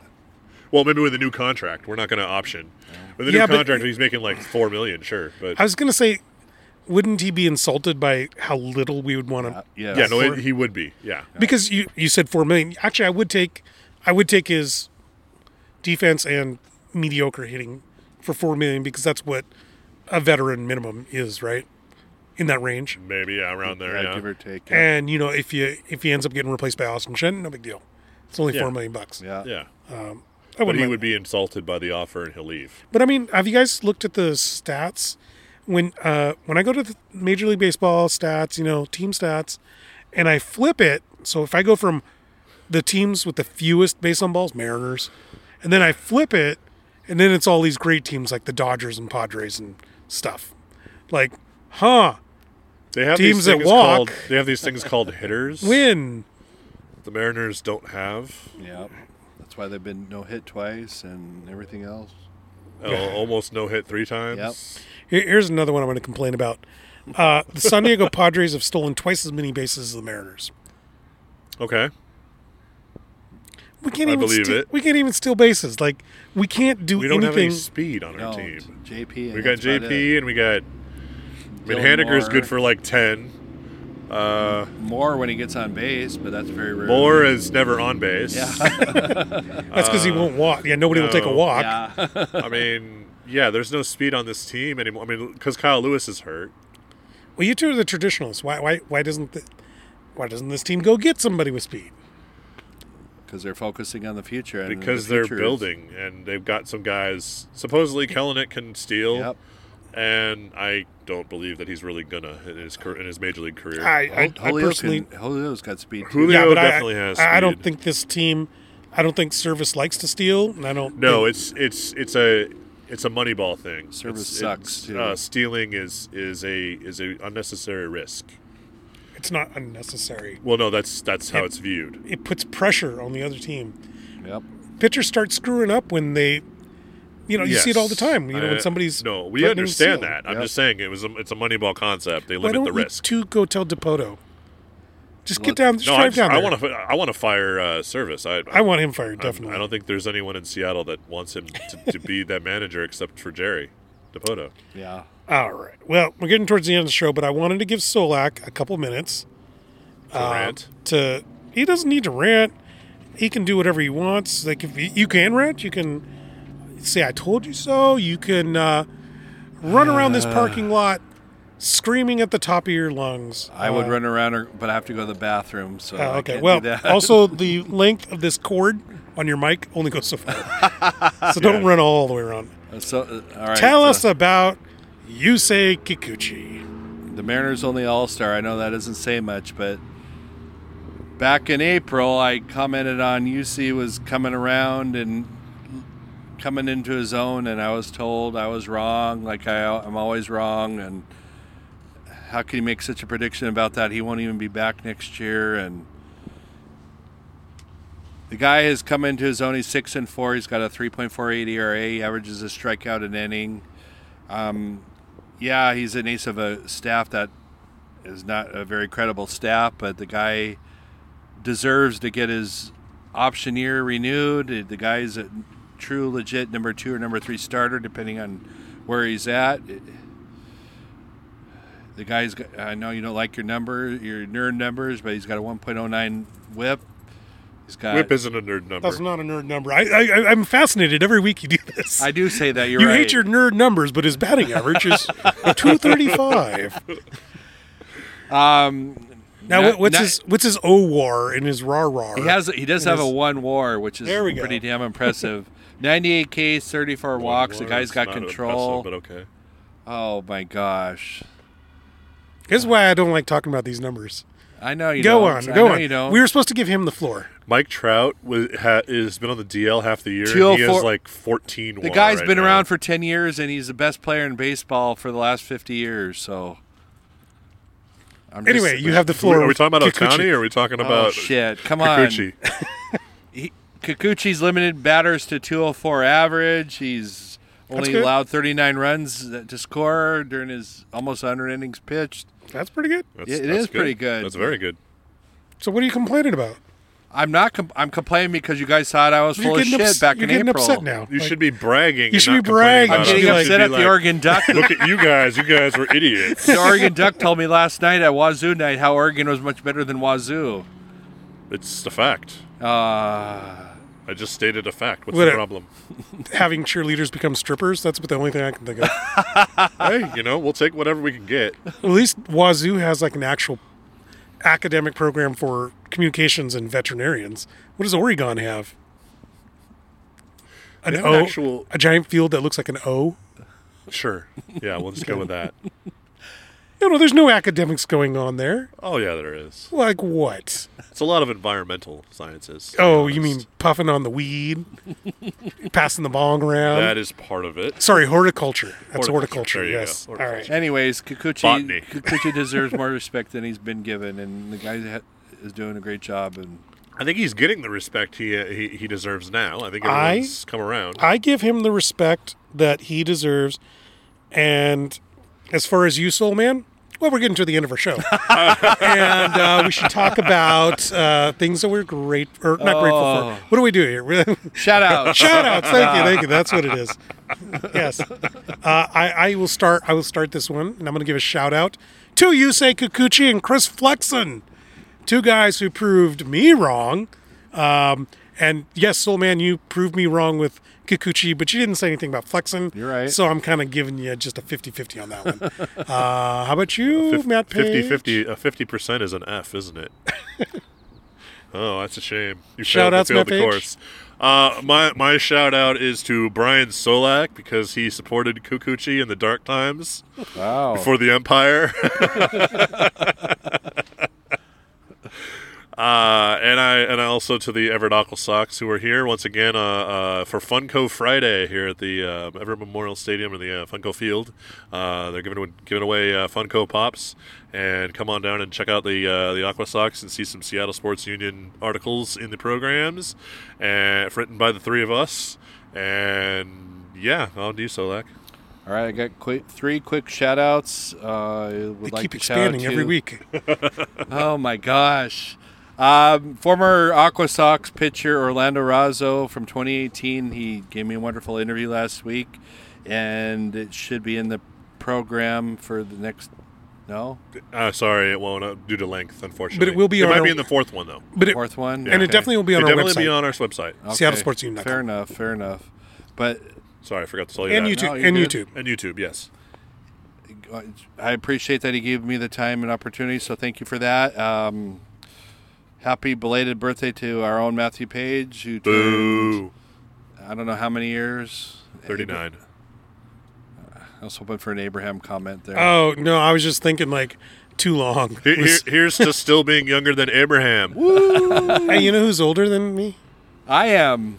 [SPEAKER 3] Well, maybe with a new contract, we're not going to option. With a
[SPEAKER 1] Yeah,
[SPEAKER 3] new
[SPEAKER 1] but-
[SPEAKER 3] contract, he's making like four million, sure, but
[SPEAKER 1] I was going to say, wouldn't he be insulted by how little we would want
[SPEAKER 3] Uh,
[SPEAKER 1] to?
[SPEAKER 2] uh, Yeah.
[SPEAKER 3] yeah, no, it, he would be. Yeah,
[SPEAKER 1] Because you, you said 4 million. Actually, I would take, I would take his defense and mediocre hitting for 4 million because that's what a veteran minimum is, right? In that range.
[SPEAKER 3] maybe yeah, around there.
[SPEAKER 2] Yeah,
[SPEAKER 3] yeah.
[SPEAKER 2] give or take. Yeah.
[SPEAKER 1] And you know, if you if he ends up getting replaced by Austin Shen, no big deal. It's only
[SPEAKER 3] Yeah.
[SPEAKER 1] four million bucks.
[SPEAKER 2] yeah.
[SPEAKER 3] yeah.
[SPEAKER 1] I
[SPEAKER 3] But
[SPEAKER 1] wouldn't
[SPEAKER 3] he
[SPEAKER 1] mind
[SPEAKER 3] would be insulted by the offer and he'll leave.
[SPEAKER 1] But I mean, have you guys looked at the stats? When uh, when I go to the Major League Baseball stats, you know, team stats, and I flip it, so if I go from the teams with the fewest base on balls, Mariners, and then I flip it, and then it's all these great teams like the Dodgers and Padres and stuff. Like, huh?
[SPEAKER 3] They have
[SPEAKER 1] Teams
[SPEAKER 3] these
[SPEAKER 1] that
[SPEAKER 3] things
[SPEAKER 1] walk-
[SPEAKER 3] called they have these things
[SPEAKER 1] [laughs]
[SPEAKER 3] called hitters.
[SPEAKER 1] Win.
[SPEAKER 3] The Mariners don't have.
[SPEAKER 2] Yeah. That's why they've been no hit twice and everything else.
[SPEAKER 3] Oh, almost no hit three times.
[SPEAKER 1] Here- Here's another one I'm going to complain about. Uh, the San Diego Padres have stolen twice as many bases as the Mariners.
[SPEAKER 3] Okay.
[SPEAKER 1] We can't
[SPEAKER 3] I
[SPEAKER 1] even
[SPEAKER 3] believe
[SPEAKER 1] steal-
[SPEAKER 3] it.
[SPEAKER 1] We can't even steal bases. Like we can't do
[SPEAKER 3] We don't have
[SPEAKER 1] anything.
[SPEAKER 3] any speed on
[SPEAKER 2] No,
[SPEAKER 3] our team.
[SPEAKER 2] JP. and
[SPEAKER 3] We got
[SPEAKER 2] that's about it.
[SPEAKER 3] JP and we got. I mean,
[SPEAKER 2] Dylan
[SPEAKER 3] Haniger's
[SPEAKER 2] Moore.
[SPEAKER 3] good for like ten. Uh,
[SPEAKER 2] Moore when he gets on base, but that's very rare.
[SPEAKER 3] Moore is never on base.
[SPEAKER 2] Yeah.
[SPEAKER 1] That's because he won't walk. Yeah, nobody will take a
[SPEAKER 3] uh, no.
[SPEAKER 1] walk.
[SPEAKER 2] yeah.
[SPEAKER 3] [laughs]
[SPEAKER 1] [laughs]
[SPEAKER 3] I mean, yeah, there's no speed on this team anymore. I mean, because Kyle Lewis is hurt.
[SPEAKER 2] Uh,
[SPEAKER 1] Well, you two are the traditionalists. Why? Why? Why doesn't? The, why doesn't this team go get somebody with speed?
[SPEAKER 2] because they're focusing on the future. And
[SPEAKER 3] because
[SPEAKER 2] the
[SPEAKER 3] they're
[SPEAKER 2] future is-
[SPEAKER 3] building and they've got some guys. Supposedly, Kellenick can steal,
[SPEAKER 2] Yep.
[SPEAKER 3] and I don't believe that he's really gonna in his car- in his major league career.
[SPEAKER 1] I, I, I
[SPEAKER 2] Julio
[SPEAKER 1] personally,
[SPEAKER 2] can, Julio's got speed. too.
[SPEAKER 3] Julio
[SPEAKER 1] yeah, but
[SPEAKER 3] definitely
[SPEAKER 1] I,
[SPEAKER 3] has.
[SPEAKER 1] I, I don't
[SPEAKER 3] speed.
[SPEAKER 1] think this team. I don't think Service likes to steal, and I don't.
[SPEAKER 3] No,
[SPEAKER 1] think-
[SPEAKER 3] it's it's it's a it's a Moneyball thing.
[SPEAKER 2] Service
[SPEAKER 3] It's-
[SPEAKER 2] sucks,
[SPEAKER 3] it's,
[SPEAKER 2] too.
[SPEAKER 3] Uh, stealing is is a is a unnecessary risk.
[SPEAKER 1] it's not unnecessary.
[SPEAKER 3] Well, no, that's that's how
[SPEAKER 1] It-
[SPEAKER 3] it's viewed.
[SPEAKER 1] It puts pressure on the other team.
[SPEAKER 2] Yep.
[SPEAKER 1] Pitchers start screwing up when they, you know, you see it all the
[SPEAKER 3] Yes.
[SPEAKER 1] time. You know, when
[SPEAKER 3] I-
[SPEAKER 1] somebody's
[SPEAKER 3] no, we
[SPEAKER 1] threatening to
[SPEAKER 3] understand
[SPEAKER 1] steal.
[SPEAKER 3] that. I'm
[SPEAKER 2] Yep.
[SPEAKER 3] just saying it was a, it's a Moneyball concept. They
[SPEAKER 1] Why
[SPEAKER 3] limit
[SPEAKER 1] don't
[SPEAKER 3] the risk.
[SPEAKER 1] you two go tell Depoto? Just get
[SPEAKER 2] Let-
[SPEAKER 1] down, just
[SPEAKER 3] no, I,
[SPEAKER 1] drive
[SPEAKER 3] just-
[SPEAKER 1] down
[SPEAKER 3] I
[SPEAKER 1] there.
[SPEAKER 3] want to I want to fire uh, Service. I
[SPEAKER 1] I want him fired, definitely.
[SPEAKER 3] I don't think there's anyone in Seattle that wants him to, to be that manager except for Jerry Depoto.
[SPEAKER 2] Yeah.
[SPEAKER 1] All right. Well, we're getting towards the end of the show, but I wanted to give Solak a couple minutes
[SPEAKER 3] To
[SPEAKER 1] um,
[SPEAKER 3] rant.
[SPEAKER 1] to. He doesn't need to rant. He can do whatever he wants. Like if you, you can rant, you can say "I told you so." You can uh, run around
[SPEAKER 2] Uh.
[SPEAKER 1] this parking lot screaming at the top of your lungs.
[SPEAKER 2] I would run around, or, but I have to go to the bathroom. So
[SPEAKER 1] Uh,
[SPEAKER 2] I
[SPEAKER 1] okay.
[SPEAKER 2] can't
[SPEAKER 1] Well,
[SPEAKER 2] do that. [laughs]
[SPEAKER 1] also the length of this cord on your mic only goes so far,
[SPEAKER 2] [laughs]
[SPEAKER 1] so don't run all the way around.
[SPEAKER 2] so uh, all right.
[SPEAKER 1] Tell
[SPEAKER 2] so
[SPEAKER 1] us about Yusei Kikuchi.
[SPEAKER 2] the Mariners' only All Star. I know that doesn't say much, but back in April, I commented on UC was coming around and coming into his own, and I was told I was wrong. Like I, I'm always wrong, and how can you make such a prediction about that? He won't even be back next year, and the guy has come into his own. He's six and four. He's got a 3.48 ERA. He averages a strikeout an inning. Um, yeah, he's an ace of a staff that is not a very credible staff, but the guy deserves to get his option year renewed. The guy's a true, legit number two or number three starter, depending on where he's at. The guy's, got, I know you don't like your number, your nerd numbers, but he's got a 1.09 whip. He's got.
[SPEAKER 3] Whip isn't a nerd number.
[SPEAKER 1] That's not a nerd number. I, I I- I'm fascinated every week you do this.
[SPEAKER 2] I do say that. You're
[SPEAKER 1] you
[SPEAKER 2] right.
[SPEAKER 1] hate your nerd numbers, but his batting average
[SPEAKER 2] [laughs]
[SPEAKER 1] is two thirty five.
[SPEAKER 2] Um,
[SPEAKER 1] Now
[SPEAKER 2] not-
[SPEAKER 1] what what's
[SPEAKER 2] not-
[SPEAKER 1] his what's his O war and his rah rah?
[SPEAKER 2] He has he does have a
[SPEAKER 1] Yes.
[SPEAKER 2] one WAR, which is
[SPEAKER 1] There we go.
[SPEAKER 2] pretty
[SPEAKER 1] [laughs]
[SPEAKER 2] damn impressive. 98 Ks, 34 walks. the guy's got
[SPEAKER 3] Not impressive,
[SPEAKER 2] control.
[SPEAKER 3] But okay.
[SPEAKER 2] Oh my gosh!
[SPEAKER 1] This is why I don't like talking about these numbers.
[SPEAKER 2] I know you
[SPEAKER 1] go
[SPEAKER 2] don't.
[SPEAKER 1] on, go
[SPEAKER 2] I know
[SPEAKER 1] on.
[SPEAKER 2] You don't.
[SPEAKER 1] We were supposed to give him the floor.
[SPEAKER 3] Mike Trout was, ha, has been on the DL half the year. And he
[SPEAKER 2] 204
[SPEAKER 3] has like 14.
[SPEAKER 2] the
[SPEAKER 3] WAR
[SPEAKER 2] guy's
[SPEAKER 3] right
[SPEAKER 2] been
[SPEAKER 3] now.
[SPEAKER 2] around for 10 years, and he's the best player in baseball for the last 50 years. So. I'm just-
[SPEAKER 1] Anyway, you have the floor.
[SPEAKER 3] Are we
[SPEAKER 1] with
[SPEAKER 3] talking about
[SPEAKER 1] Kikuchi.
[SPEAKER 3] Otani or are we talking about
[SPEAKER 2] oh shit! Come on,
[SPEAKER 3] Kikuchi?
[SPEAKER 2] He- Kikuchi's limited batters to 204 average. He's only
[SPEAKER 1] good.
[SPEAKER 2] allowed 39 runs to score during his almost 100 innings pitched.
[SPEAKER 1] That's pretty good.
[SPEAKER 3] That's,
[SPEAKER 2] It
[SPEAKER 3] that's
[SPEAKER 2] is pretty good.
[SPEAKER 3] That's very good.
[SPEAKER 1] So what are you complaining about?
[SPEAKER 2] I'm not. Com- I'm complaining because you guys thought I was full
[SPEAKER 1] You're
[SPEAKER 2] of
[SPEAKER 1] getting
[SPEAKER 2] shit
[SPEAKER 1] ups-
[SPEAKER 2] back
[SPEAKER 1] You're
[SPEAKER 2] in
[SPEAKER 1] getting
[SPEAKER 2] April.
[SPEAKER 1] upset now.
[SPEAKER 3] You
[SPEAKER 1] Like,
[SPEAKER 3] should be bragging. and
[SPEAKER 1] should
[SPEAKER 3] not
[SPEAKER 1] be bragging.
[SPEAKER 2] I'm
[SPEAKER 1] Uh,
[SPEAKER 3] complaining
[SPEAKER 2] getting
[SPEAKER 1] you
[SPEAKER 3] about it.
[SPEAKER 1] should
[SPEAKER 2] upset at
[SPEAKER 3] You should
[SPEAKER 2] the
[SPEAKER 3] be like,
[SPEAKER 2] Oregon Duck.
[SPEAKER 3] [laughs] Look at you guys. You guys were idiots.
[SPEAKER 2] the Oregon Duck told me last night at Wazoo night how Oregon was much better than Wazoo.
[SPEAKER 3] It's a fact.
[SPEAKER 2] Uh,
[SPEAKER 3] I just stated a fact. What's
[SPEAKER 1] Whatever. [laughs]
[SPEAKER 3] the problem?
[SPEAKER 1] having cheerleaders become strippers. That's the only thing I can think of.
[SPEAKER 3] hey, you know, we'll take whatever we can get.
[SPEAKER 1] At least Wazoo has like an actual academic program for communications and veterinarians. What does Oregon have? An
[SPEAKER 3] They have
[SPEAKER 1] O,
[SPEAKER 3] an actual-
[SPEAKER 1] a giant field that looks like an O.
[SPEAKER 3] Sure. Yeah, we'll just go with that.
[SPEAKER 1] No, no, there's no academics going on there.
[SPEAKER 3] Oh yeah, there is.
[SPEAKER 1] Like what?
[SPEAKER 3] It's a lot of environmental sciences. to be
[SPEAKER 1] Oh, you
[SPEAKER 3] honest.
[SPEAKER 1] mean puffing on the
[SPEAKER 3] [laughs]
[SPEAKER 1] weed, passing the bong around?
[SPEAKER 3] that is part of it.
[SPEAKER 1] Sorry, horticulture. That's
[SPEAKER 3] Horticulture.
[SPEAKER 1] horticulture.
[SPEAKER 3] There you
[SPEAKER 1] yes.
[SPEAKER 3] go.
[SPEAKER 1] All right.
[SPEAKER 2] anyways, Kikuchi
[SPEAKER 3] Botany.
[SPEAKER 2] Kikuchi deserves
[SPEAKER 3] [laughs]
[SPEAKER 2] more respect than he's been given, and the guy ha- is doing a great job. And
[SPEAKER 3] I think he's getting the respect he uh, he, he deserves now. I think
[SPEAKER 1] I-
[SPEAKER 3] everyone's come around.
[SPEAKER 1] I give him the respect that he deserves. And as far as you, Soul Man, well, we're getting to the end of our show, and uh, we should talk about uh, things that we're great or not grateful
[SPEAKER 2] Oh.
[SPEAKER 1] for. What do we do here? [laughs] We're-
[SPEAKER 2] shout
[SPEAKER 3] [laughs]
[SPEAKER 2] out,
[SPEAKER 1] Shout outs, thank you, thank you. That's what it is. Yes, uh, I, I will start. I will start this one, and I'm going to give a shout out to Yusei Kikuchi and Chris Flexen, two guys who proved me wrong. Um, and yes, Soul Man, you proved me wrong with Kikuchi, but you didn't say anything about Flexen.
[SPEAKER 2] You're right.
[SPEAKER 1] So I'm kind of giving you just a 50-50 on that one. uh, how about you, Matt Page? [laughs]
[SPEAKER 3] 50 50 50% is an F, isn't it? Oh, that's a shame. You
[SPEAKER 1] Shout
[SPEAKER 3] failed
[SPEAKER 1] outs,
[SPEAKER 3] to fail
[SPEAKER 1] Matt
[SPEAKER 3] the
[SPEAKER 1] Page.
[SPEAKER 3] course. Uh, my my shout out is to Brian Solak because he supported Kikuchi in the dark times
[SPEAKER 2] Wow.
[SPEAKER 3] before the Empire. Uh, and I and I also to the Everett Ockle Sox who are here once again uh, uh, for Funko Friday here at the uh, Everett Memorial Stadium or the uh, Funko Field. Uh, they're giving giving away uh, Funko Pops, and come on down and check out the uh, the Aqua Sox and see some Seattle Sports Union articles in the programs, and written by the three of us. And yeah, I'll do so, Lack.
[SPEAKER 2] All right, I got quick, three quick shout outs. Uh, I would
[SPEAKER 1] They
[SPEAKER 2] like
[SPEAKER 1] keep
[SPEAKER 2] to shout out
[SPEAKER 1] expanding every
[SPEAKER 2] to-
[SPEAKER 1] week.
[SPEAKER 2] Oh my gosh. Um, former Aqua Sox pitcher Orlando Razzo from 2018. He gave me a wonderful interview last week, and it should be in the program for the next. No,
[SPEAKER 3] Uh, sorry, it won't uh, due to length, unfortunately.
[SPEAKER 1] But it will be
[SPEAKER 3] It
[SPEAKER 1] on
[SPEAKER 3] might
[SPEAKER 1] our-
[SPEAKER 3] be in the fourth one though.
[SPEAKER 1] But it,
[SPEAKER 2] fourth one,
[SPEAKER 1] and it
[SPEAKER 2] Okay.
[SPEAKER 1] definitely will be on
[SPEAKER 3] It'll
[SPEAKER 1] our
[SPEAKER 3] definitely
[SPEAKER 1] website. Oh.
[SPEAKER 3] be on our website.
[SPEAKER 1] SeattleSportsUnion.com.
[SPEAKER 2] Fair enough. Fair enough. But
[SPEAKER 3] Sorry, I forgot to tell you
[SPEAKER 1] and
[SPEAKER 3] that.
[SPEAKER 1] YouTube.
[SPEAKER 2] No, you're
[SPEAKER 1] and
[SPEAKER 2] good.
[SPEAKER 1] YouTube.
[SPEAKER 3] And YouTube, yes.
[SPEAKER 2] I appreciate that he gave me the time and opportunity, so thank you for that. Um, happy belated birthday to our own Matthew Page, who turned,
[SPEAKER 3] Boo.
[SPEAKER 2] I don't know how many years.
[SPEAKER 3] 39.
[SPEAKER 2] I was hoping for an Abraham comment there.
[SPEAKER 1] Oh no, I was just thinking like too long.
[SPEAKER 3] Here, here- here's to still being younger than Abraham.
[SPEAKER 1] [laughs] hey, you know who's older than me?
[SPEAKER 2] I am.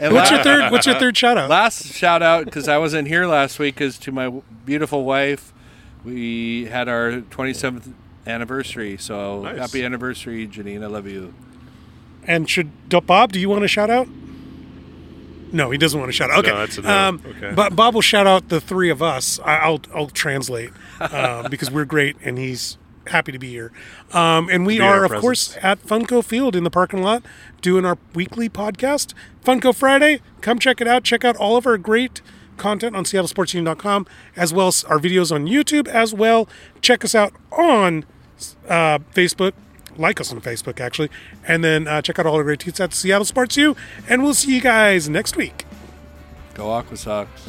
[SPEAKER 2] And
[SPEAKER 1] What's
[SPEAKER 2] la-
[SPEAKER 1] your third? What's your third shout out?
[SPEAKER 2] last shout out because I wasn't here last week is to my w- beautiful wife. We had our 27th anniversary, so
[SPEAKER 3] Nice.
[SPEAKER 2] happy anniversary, Janine. I love you.
[SPEAKER 1] And should do- Bob? Do you want to shout out? No, he doesn't want to shout out. Okay, Um,
[SPEAKER 3] that's a no. Okay.
[SPEAKER 1] But Bob will shout out the three of us. I, I'll I'll translate uh, because we're great and he's happy to be here. Um, and we
[SPEAKER 3] in
[SPEAKER 1] are
[SPEAKER 3] our
[SPEAKER 1] of course at Funko Field in the parking lot doing our weekly podcast, Funko Friday. Come check it out. Check out all of our great content on SeattleSportsUnion.com as well as our videos on YouTube as well. Check us out on uh, Facebook. Like us on Facebook, actually. And then uh, check out all our great tweets at Seattle Sports U. And we'll see you guys next week.
[SPEAKER 2] Go Aqua Sox.